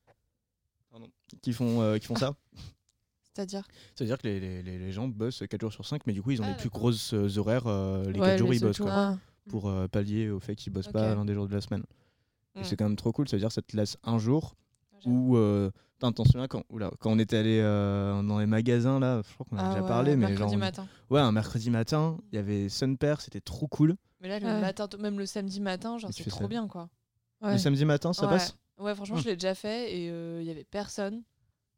pardon, qui font euh, qui font ça. C'est-à-dire C'est-à-dire que les, les- les- les gens bossent 4 jours sur 5 mais du coup, ils ont Ah, les plus d'accord. grosses euh, horaires euh, les Ouais, 4 jours les ils bossent autres quoi, jours. Ah, pour euh, pallier au fait qu'ils bossent pas Ok. l'un des jours de la semaine. Et Mm. c'est quand même trop cool, ça veut dire que ça te laisse un jour j'avoue. où euh, putain, t'en souviens quand oula, quand on était allé euh, dans les magasins là, je crois qu'on en a Ah déjà ouais, parlé mais mercredi genre matin. ouais, un mercredi matin, il y avait Sunpair, c'était trop cool. Mais là, le Ouais. matin, tôt- même le samedi matin, genre, Et tu c'est fais trop ça. bien, quoi. Le Ouais. samedi matin, ça Ouais. passe Ouais, franchement, Ah. je l'ai déjà fait et euh, il y avait personne.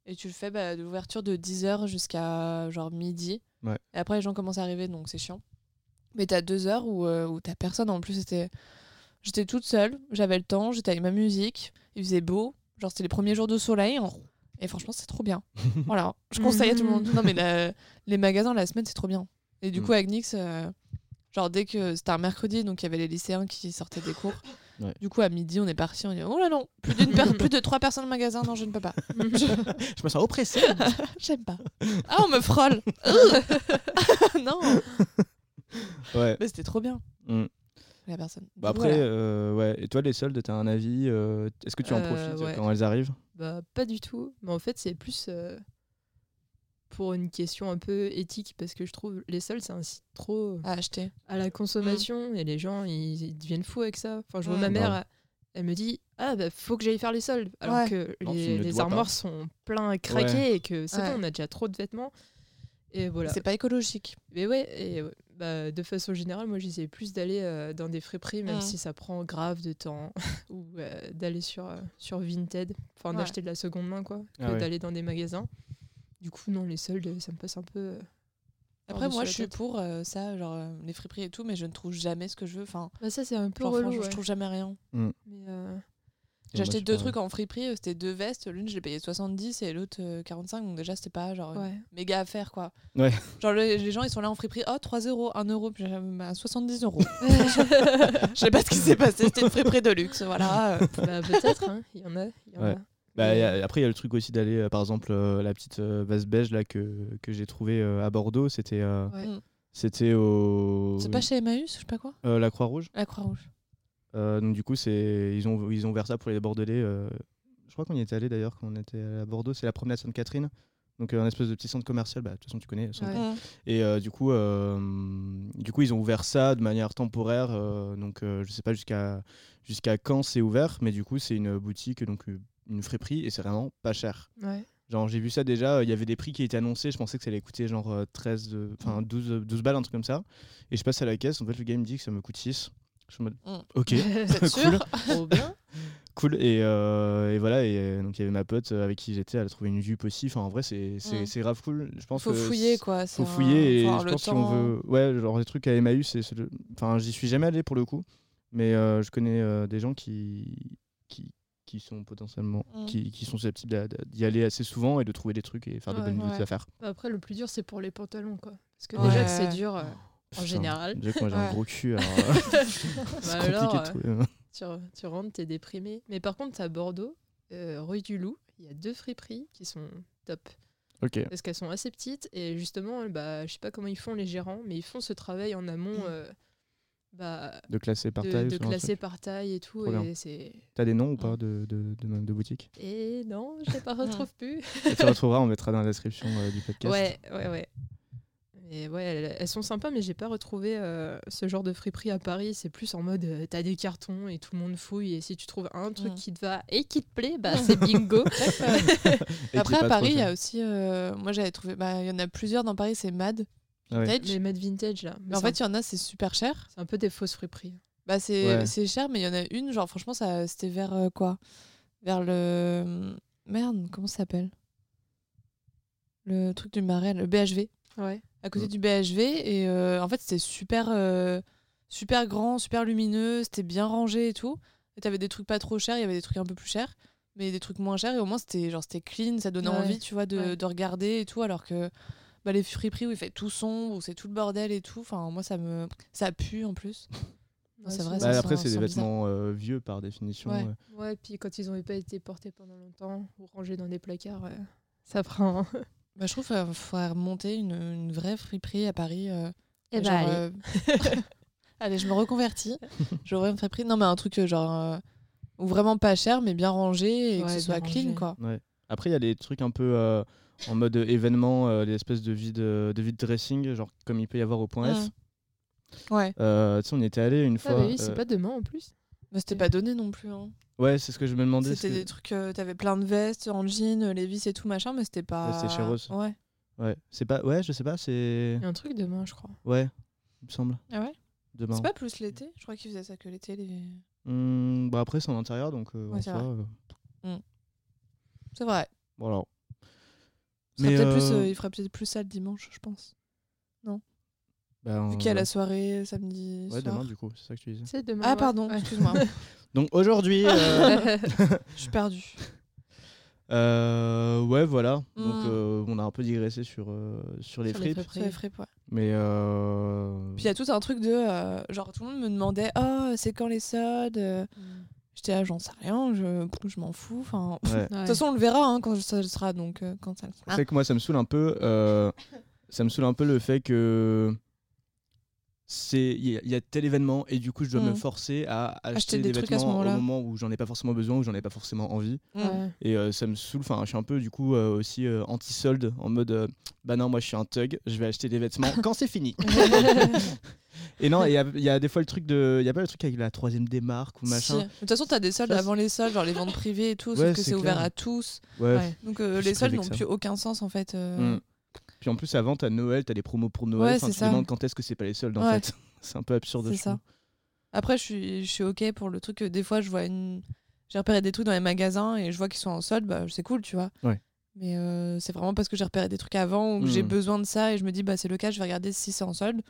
Et tu le fais bah, de l'ouverture de 10h jusqu'à genre midi. Ouais. Et après, les gens commencent à arriver, donc c'est chiant. Mais t'as deux heures où, euh, où t'as personne. En plus, c'était... j'étais toute seule, j'avais le temps, j'étais avec ma musique, il faisait beau. Genre, c'était les premiers jours de soleil. Et franchement, c'est trop bien. voilà, je conseille à tout le monde. Non, mais la- les magasins, la semaine, c'est trop bien. Et du Mm. coup, avec Nix, euh, genre, dès que c'était un mercredi, donc il y avait les lycéens qui sortaient des cours. Ouais. Du coup, à midi, on est parti. On dit Oh là non, plus, d'une per- plus de trois personnes au magasin. Non, je ne peux pas. Je me sens oppressé. J'aime pas. Ah, on me frôle. non, ouais. mais c'était trop bien. Mm. La personne. Bah après, Voilà. euh, ouais. Et toi, les soldes, t'as un avis euh, Est-ce que tu en Euh, profites euh, ouais. quand elles arrivent Bah, pas du tout. Mais en fait, c'est plus euh, pour une question un peu éthique, parce que je trouve les sols, c'est un site trop euh, à acheter. à la consommation, et les gens, ils, ils deviennent fous avec ça. Enfin, je vois Mm. ma mère, Grave. elle, elle me dit Ah, bah, faut que j'aille faire les soldes. Alors Ouais. que Non, tu les, ne les dois pas. armoires sont pleins à craquer, et que c'est Ouais. bon, on a déjà trop de vêtements. Et voilà. C'est pas écologique. Mais ouais, et ouais, bah, de façon générale, moi j'essaie plus d'aller euh, dans des friperies, même Mm. si ça prend grave de temps, ou euh, d'aller sur, euh, sur Vinted, enfin Ouais. d'acheter de la seconde main, quoi, que Ah ouais. d'aller dans des magasins. Du coup, non, les soldes, ça me passe un peu. euh, Après, par-dessus moi, la je suis tête. pour euh, ça, genre euh, les friperies et tout, mais je ne trouve jamais ce que je veux. Enfin, Bah, ça, c'est un peu genre, relou. franchement, ouais. je trouve jamais rien. Mais, euh, J'ai acheté Moi, je deux sais pas. trucs en friperie. euh, C'était deux vestes. L'une, je l'ai payée 70 et l'autre euh, 45. Donc déjà, c'était pas genre ouais. méga affaire quoi. Ouais. Genre les, les gens ils sont là en friperie, oh 3 euros, 1 euro, puis j'ai- bah, 70 euros. Je sais pas ce qui s'est passé, c'était une friperie de luxe, voilà. euh. Bah, peut-être, hein, il y en a. il Y en Ouais. a. Bah, Mais- y a- après, il y a le truc aussi d'aller, euh, par exemple, euh, la petite euh, vase beige là que, que j'ai trouvée euh, à Bordeaux. C'était euh, Ouais. Mm. c'était au C'est pas chez Emmaüs, je sais pas quoi euh, la Croix Rouge. La Croix-Rouge. donc du coup, c'est ils ont ils ont ouvert ça pour les Bordelais. euh, Je crois qu'on y était allé d'ailleurs quand on était à Bordeaux. C'est la promenade Sainte-Catherine. Donc euh, un espèce de petit centre commercial. Bah, de toute façon, tu connais. centre Ouais. Mm. Et euh, du coup, euh, du coup, ils ont ouvert ça de manière temporaire. euh, donc, euh, je sais pas jusqu'à jusqu'à quand c'est ouvert, mais du coup, c'est une boutique, donc euh, une friperie, et c'est vraiment pas cher. Ouais. Genre, j'ai vu ça déjà. euh, Il y avait des prix qui étaient annoncés. Je pensais que ça allait coûter genre euh, 13, euh, enfin 12, euh, 12 balles, un truc comme ça. Et je passe à la caisse. En fait, le gars il me dit que ça me coûte 6. Je suis en mode, Mm. ok, Vous êtes sûr Trop bien. cool. Et, euh, et voilà. Et euh, donc, il y avait ma pote euh, avec qui j'étais. Elle a trouvé une jupe aussi. Enfin, en vrai, c'est c'est- Mm. c'est grave cool. Je pense Faut que fouiller quoi. c'est faut un- fouiller et faut avoir je le pense si on temps. hein. veut ouais genre des trucs à Emmaüs c'est c'est le- enfin j'y suis jamais allé pour le coup mais euh, je connais euh, des gens qui qui qui sont potentiellement Mm. qui, qui sont susceptibles d'a- d'a- d'y aller assez souvent et de trouver des trucs et faire de Ouais, bonnes ouais. affaires Bah, après, le plus dur, c'est pour les pantalons, quoi. Parce que Ouais. déjà que c'est dur. euh, En Putain, général. déjà que moi j'ai un Ouais. gros cul alors euh, c'est bah compliqué alors, de euh, trouver hein. tu, re- tu rentres, t'es déprimé. Mais par contre, à Bordeaux, euh, rue du Loup, il y a deux friperies qui sont top. ok Parce qu'elles sont assez petites. Et justement, bah, je sais pas comment ils font les gérants, mais ils font ce travail en amont euh, bah, de classer par de, taille de ce genre de classer truc. par taille et tout. Trop bien. Et, c'est... t'as des noms ou pas de de, de, de boutiques et non, je les pas retrouve plus. Et tu retrouveras on mettra dans la description euh, du podcast Ouais, ouais, ouais. Mais ouais, elles, elles sont sympas, mais j'ai pas retrouvé euh, ce genre de friperie à Paris. C'est plus en mode euh, t'as des cartons et tout le monde fouille. Et si tu trouves un truc Mm. qui te va et qui te plaît, bah c'est bingo. Et qui est Après pas trop à Paris, il y cher. a aussi. euh, Moi j'avais trouvé. bah, Il y en a plusieurs dans Paris, c'est Mad. Ah ouais. Vintage. Les made vintage là. Mais en fait, il y en a, c'est super cher. c'est un peu des fausses friperies. Bah c'est Ouais. c'est cher, mais il y en a une, genre franchement, ça c'était vers euh, quoi Vers le. Merde, comment ça s'appelle Le truc du marais, le BHV. Ouais. À côté Mm. du BHV, et euh, en fait, c'était super, euh, super grand, super lumineux, c'était bien rangé et tout. Et t'avais des trucs pas trop chers, il y avait des trucs un peu plus chers, mais des trucs moins chers, et au moins c'était genre c'était clean, ça donnait Ouais. envie, tu vois, de, Ouais. de regarder et tout, alors que. Bah, les friperies où il fait tout sombre, où c'est tout le bordel et tout. Enfin, moi, ça me. Ça pue en plus. Non, c'est vrai, Bah, ça après, sent- c'est des sent bizarre. vêtements euh, vieux par définition. Ouais. euh. Ouais, puis quand ils ont pas été portés pendant longtemps ou rangés dans des placards, euh, ça prend. hein. Bah, je trouve qu'il faudrait remonter une, une vraie friperie à Paris. euh, Eh bah, genre, allez. euh, allez, je me reconvertis. J'aurais une friperie. Non, mais un truc euh, genre. euh, Ou vraiment pas cher, mais bien rangé et que Ouais, ce soit bien clean, rangé. quoi. Après, il y a les trucs un peu euh, en mode événement, euh, les espèces de vide, euh, de vide dressing, genre comme il peut y avoir au point F. Ouais. Euh, tu sais, on y était allé une Ah fois. bah oui, c'est euh, pas demain en plus. Bah, c'était pas donné non plus. hein. Ouais, c'est ce que je me demandais. C'était parce que- des trucs. euh, T'avais plein de vestes en jean, euh, Levi's et tout machin, mais c'était pas. Ouais, c'était chez Rose. Ouais. Ouais, c'est pas. Ouais, je sais pas, c'est. Il y a un truc demain, je crois. Ouais, il me semble. Ah ouais Demain. C'est pas plus l'été Je crois qu'ils faisaient ça que l'été. les- Hmm, bah après, c'est en intérieur, donc. euh, Ouais, en c'est soi, vrai. euh, C'est vrai. Bon alors. Ce sera Mais, peut-être plus, euh, euh, il ferait peut-être plus ça le dimanche, je pense. bah, Vu on- qu'il y a la soirée euh, samedi Ouais, soir. demain, du coup, c'est ça que tu disais. C'est demain. Ah ouais. pardon, Ouais. excuse-moi, Donc aujourd'hui. euh, je suis perdue. euh, ouais, voilà. Donc Mm. euh, on a un peu digressé sur, euh, sur les Sur les fripes. fripes. Sur les fripes, ouais. mais. euh, Puis il y a tout un truc de euh, genre tout le monde me demandait "Oh, c'est quand les soldes euh J'étais là, j'en sais rien, je, je m'en fous. Enfin, de ouais. toute façon, on le verra hein, quand ça le sera, donc euh, quand ça le sera. C'est que moi, ça me saoule un peu. euh, ça me saoule un peu le fait que. c'est Il y, a- il y a tel événement et du coup, je dois me Mm. forcer à acheter, Acheter des, des trucs à ce vêtements au moment-là. moment où j'en ai pas forcément besoin, où j'en ai pas forcément envie. Mm. Ouais. Et euh, ça me saoule. Enfin, je suis un peu du coup euh, aussi euh, anti-solde en mode euh, bah non, moi je suis un thug, je vais acheter des vêtements quand c'est fini. et non, il y a, il y a des fois le truc de. Il y a pas le truc avec la troisième des marques ou Si. Mais machin. De toute façon, t'as des soldes Ça, c'est- avant les soldes, genre les ventes privées et tout, Ouais, sauf que c'est c'est ouvert clair. à tous. Ouais. Ouais. Donc euh, Je suis les soldes privé n'ont que ça. plus aucun sens en fait. euh, Mm. Puis en plus, avant, t'as Noël, t'as des promos pour Noël. Ouais, enfin, c'est tu te ça. demandes quand est-ce que c'est pas les soldes en Ouais. fait. C'est un peu absurde. C'est je trouve. ça. Après, je suis, je suis OK pour le truc. que Des fois, je vois une. J'ai repéré des trucs dans les magasins et je vois qu'ils sont en solde, bah, c'est cool, tu vois. Ouais. Mais euh, c'est vraiment parce que j'ai repéré des trucs avant ou que j'ai Mm. besoin de ça et je me dis, bah, c'est le cas, je vais regarder si c'est en solde.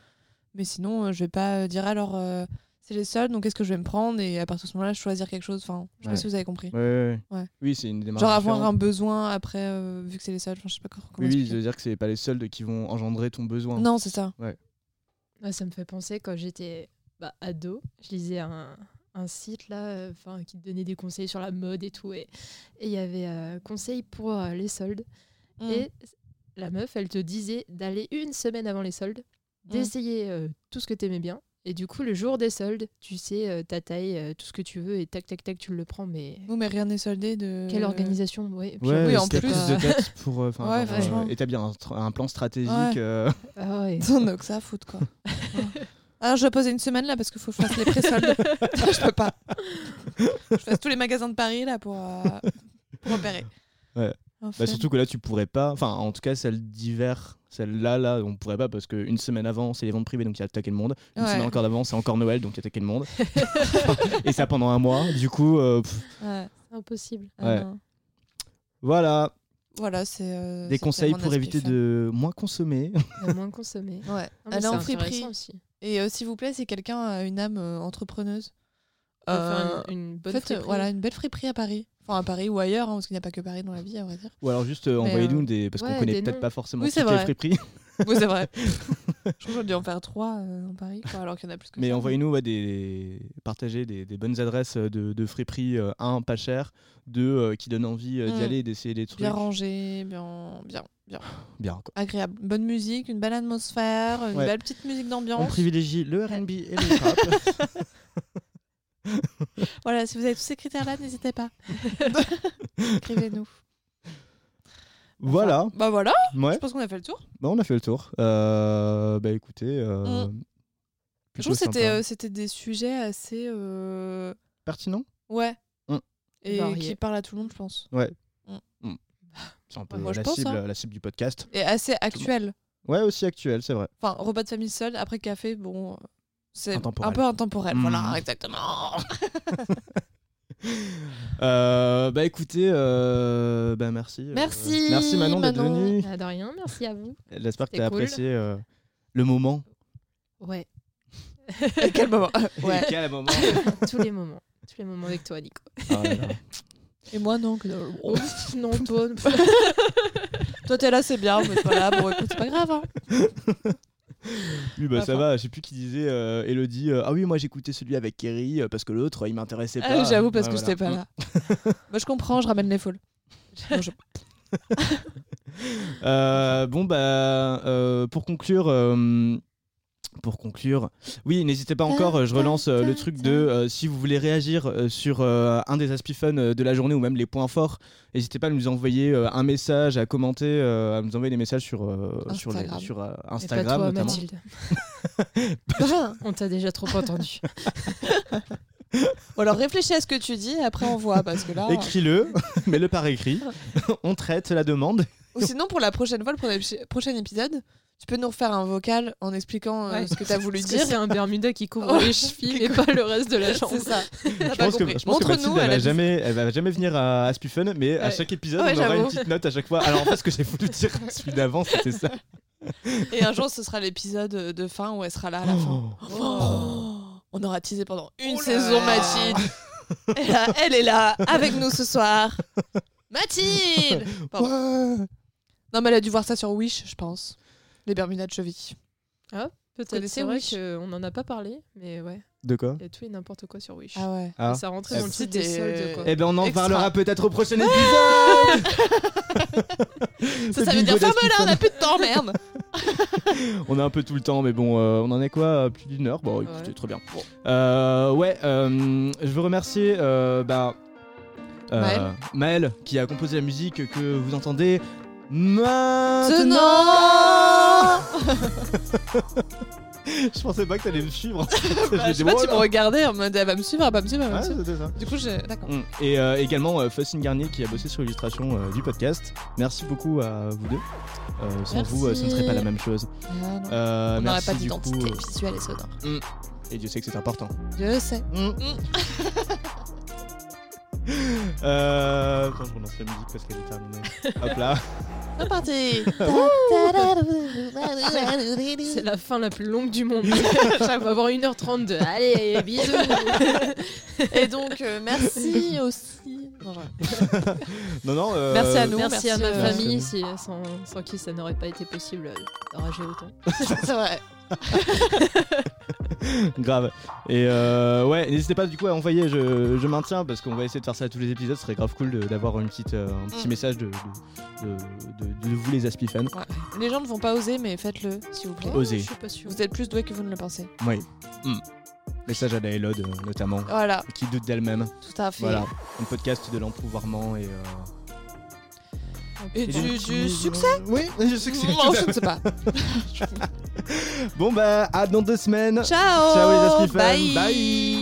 Mais sinon, euh, je vais pas euh, dire alors, euh, c'est les soldes, donc qu'est-ce que je vais me prendre Et à partir de ce moment-là, choisir quelque chose. Enfin, je sais Ouais. pas si vous avez compris. Ouais, ouais, ouais. Ouais. Oui, c'est une démarche. Genre avoir un différente. besoin après, euh, vu que c'est les soldes. Enfin, je sais pas comment. Oui, oui, expliquer. de dire que c'est pas les soldes qui vont engendrer ton besoin. Non, c'est ça. Ah, ça me fait penser quand j'étais bah, ado, je lisais un, un site là, euh, enfin qui te donnait des conseils sur la mode et tout, et et il y avait euh, conseils pour euh, les soldes. Mm. Et la meuf, elle te disait d'aller une semaine avant les soldes, d'essayer euh, tout ce que t'aimais bien, et du coup le jour des soldes, tu sais euh, ta taille, euh, tout ce que tu veux, et tac tac tac, tu le prends. Mais Oui, mais rien n'est soldé de. quelle organisation, ouais. et puis, Ouais, Oui, oui, en en plus. plus, de euh, tête pour euh, 'fin, Ouais, genre, franchement. euh, établir un, tra- un plan stratégique. Ouais. euh, ah ouais. Ils ont que ça à foutre, quoi. Ouais. Alors, je vais poser une semaine là parce qu'il faut que je fasse les présoldes. je peux pas. Je fasse tous les magasins de Paris là pour, euh, pour opérer. Ouais. En Bah, fait. surtout que là, tu pourrais pas. Enfin, en tout cas, celle d'hiver, celle-là, là, on pourrait pas parce qu'une semaine avant, c'est les ventes privées, donc il y a attaqué le monde. Une Ouais. semaine encore d'avant, c'est encore Noël, donc il y a attaqué le monde. Et ça pendant un mois. Du coup, euh, pff, Ouais. C'est impossible. Ah Ouais. non. voilà. Voilà, c'est. euh, Des c'était conseils mon pour aspect éviter fun. de moins consommer. À moins consommer. Ouais. Ah, mais Aller en c'est friperie. intéressant aussi. Et euh, s'il vous plaît, si quelqu'un a une âme euh, entrepreneuse, On va faire euh, une, une bonne en fait, euh, friperie. voilà, une belle friperie à Paris. Enfin, à Paris ou ailleurs, hein, parce qu'il n'y a pas que Paris dans la vie, à vrai dire. Ou alors juste euh, envoyez-nous euh, des. Parce qu'on ouais, connaît des peut-être noms. pas forcément Oui, c'est toutes les vrai. friperies. Oui, c'est vrai. je crois que j'aurais dû en faire trois euh, en Paris, quoi, alors qu'il y en a plus que Mais ça. envoyez-nous ouais, des... partagez des, des bonnes adresses de, de friperies. euh, un, pas cher. Deux, euh, qui donnent envie euh, d'y Mm. aller, d'essayer des trucs. Bien rangé, bien, bien, bien. Bien, quoi. Agréable. Bonne musique, une belle atmosphère, une Ouais. belle petite musique On d'ambiance. privilégie le RB et le rap. Voilà, si vous avez tous ces critères-là, n'hésitez pas. Écrivez-nous. voilà. Bah voilà, Ouais. je pense qu'on a fait le tour. Bah, on a fait le tour. Euh, bah écoutez. euh, Mm. Je plutôt trouve que c'était sympa. euh, c'était des sujets assez. euh, pertinent. Ouais. Mm. Et Variés. qui parlent à tout le monde, je pense. C'est un peu moi, je la, pense, cible, hein. la cible du podcast. Et assez actuel. Ouais, aussi actuel, c'est vrai. Enfin, repas de famille seul, après café, bon. euh, C'est Intemporel. un peu intemporel. Mm. Voilà, exactement. Euh, bah écoutez, euh, bah merci. euh, Merci, merci Manon d'être Manon. venue. Ah, de rien, merci à vous. J'espère que C'était t'as cool. apprécié euh, le moment. Ouais, Et quel moment. Ouais. Et quel moment tous les moments. Tous les moments avec toi, Nico. Ah, là, là. Et moi, non. que- Oh, non, toi. Toi, t'es là, c'est bien. Mais pas là, bon, écoute, c'est pas grave. hein. Oui, bah Pas ça fort. va, je sais plus qui disait euh, Elodie. euh, ah oui, moi j'écoutais celui avec Kerry euh, parce que l'autre euh, il m'intéressait Ah, pas. J'avoue, parce Ouais, que voilà. j'étais pas là. Moi, je comprends, je ramène les folles. Non, je- Euh, bon, bah euh, pour conclure. euh, pour conclure, oui, n'hésitez pas encore, euh, je relance euh, le truc de euh, si vous voulez réagir euh, sur euh, un des aspects fun euh, de la journée ou même les points forts, n'hésitez pas à nous envoyer euh, un message, à commenter, euh, à nous envoyer des messages sur, euh, sur, les- Instagram. sur, euh, Et pas Instagram toi, notamment. Mathilde. On t'a déjà trop entendu. Ou alors réfléchis à ce que tu dis, et après on voit, parce que là. Écris-le, mets-le par écrit, on traite la demande. Ou sinon, pour la prochaine fois, le pro- prochain épisode, tu peux nous refaire un vocal en expliquant euh, Ouais. ce que t'as voulu Parce que dire. C'est un Bermuda qui couvre Oh, les chevilles et pas le reste de la jambe. C'est ça. T'as Je pas pense, que, compris. je pense que Mathilde, Montre-nous. elle, elle a va dit- jamais, elle va jamais venir à, à Spiffen, mais à Ouais. chaque épisode, Ouais, on aura une j'avoue. petite note à chaque fois. Alors en fait, ce que j'ai voulu dire celui d'avant, c'était ça. Et un jour, ce sera l'épisode de fin où elle sera là à la fin. Oh. On aura teasé pendant une saison, Mathilde. Et là, elle est là avec nous ce soir. Mathilde Oh, Pardon. Ouais. Non, mais elle a dû voir ça sur Wish, je pense. Les Bermudas de cheville. Peut-être connaissez c'est vrai Wish qu'on n'en a pas parlé, mais ouais, De quoi Euh, il y a tout et n'importe quoi sur Wish. Ah ouais. Ah. Ça rentrait Eh dans le site des c'était- soldes, quoi. Eh ben, on en Extra. parlera peut-être au prochain épisode. Ça, Le ça veut dire bingo ferme là, on d'Aspifen. a plus de temps, merde On a un peu tout le temps, mais bon, euh, on en est quoi à Plus d'une heure Bon, écoutez, Ouais. très bien. Euh, ouais, euh, je veux remercier euh, bah, euh, Maël. Maël, qui a composé la musique que vous entendez Ah, maintenant. Tenant Je pensais pas que t'allais me suivre. Je Bah, me Je dis, sais pas, oh tu me là. Ah, regardais en mode elle va me suivre, elle va me suivre, elle va me Ouais, suivre. c'était ça. Du coup, j'ai. D'accord. Mm. Et euh, également euh, Faustine Garnier qui a bossé sur l'illustration euh, du podcast. Merci beaucoup à vous deux. Euh, sans Merci. vous, euh, ce ne serait pas la même chose. Euh, on n'aurait merci du pas coup. d'identité euh, visuelle et sonore. et Dieu sait que c'est important. Je sais. Mm. Euh, attends, je relance la musique parce qu'elle est terminée. Hop là. C'est parti ben. C'est la fin la plus longue du monde. On va avoir 1h32. Euh, Allez, bisous. Et donc, euh, merci aussi. Non, j'arrête. Non, non. euh, Merci à nous. Merci, à ma merci, euh, famille, si- sans, sans qui ça n'aurait pas été possible euh, d'enrager autant. C'est vrai. Grave. Et euh, ouais, n'hésitez pas du coup à envoyer, je, je maintiens, parce qu'on va essayer de faire ça à tous les épisodes, ce serait grave cool de- d'avoir une petite, euh, un petit Mm. message de, de, de- de- de vous les Aspifans. Les gens ne vont pas oser, mais faites-le, s'il vous plaît. Osez. Je suis pas sûre. Vous êtes plus doués que vous ne le pensez. Oui. Hmm. Mm. Message à Daelod euh, notamment, Voilà, qui doute d'elle-même. tout à fait. Voilà, un podcast de l'empouvoirment et, euh, Et et du, du d'optimisme. succès Oui, je sais que c'est. Non, je ne sais pas. Bon bah, à dans deux semaines. Ciao Ciao les Aspifans. Bye. Bye.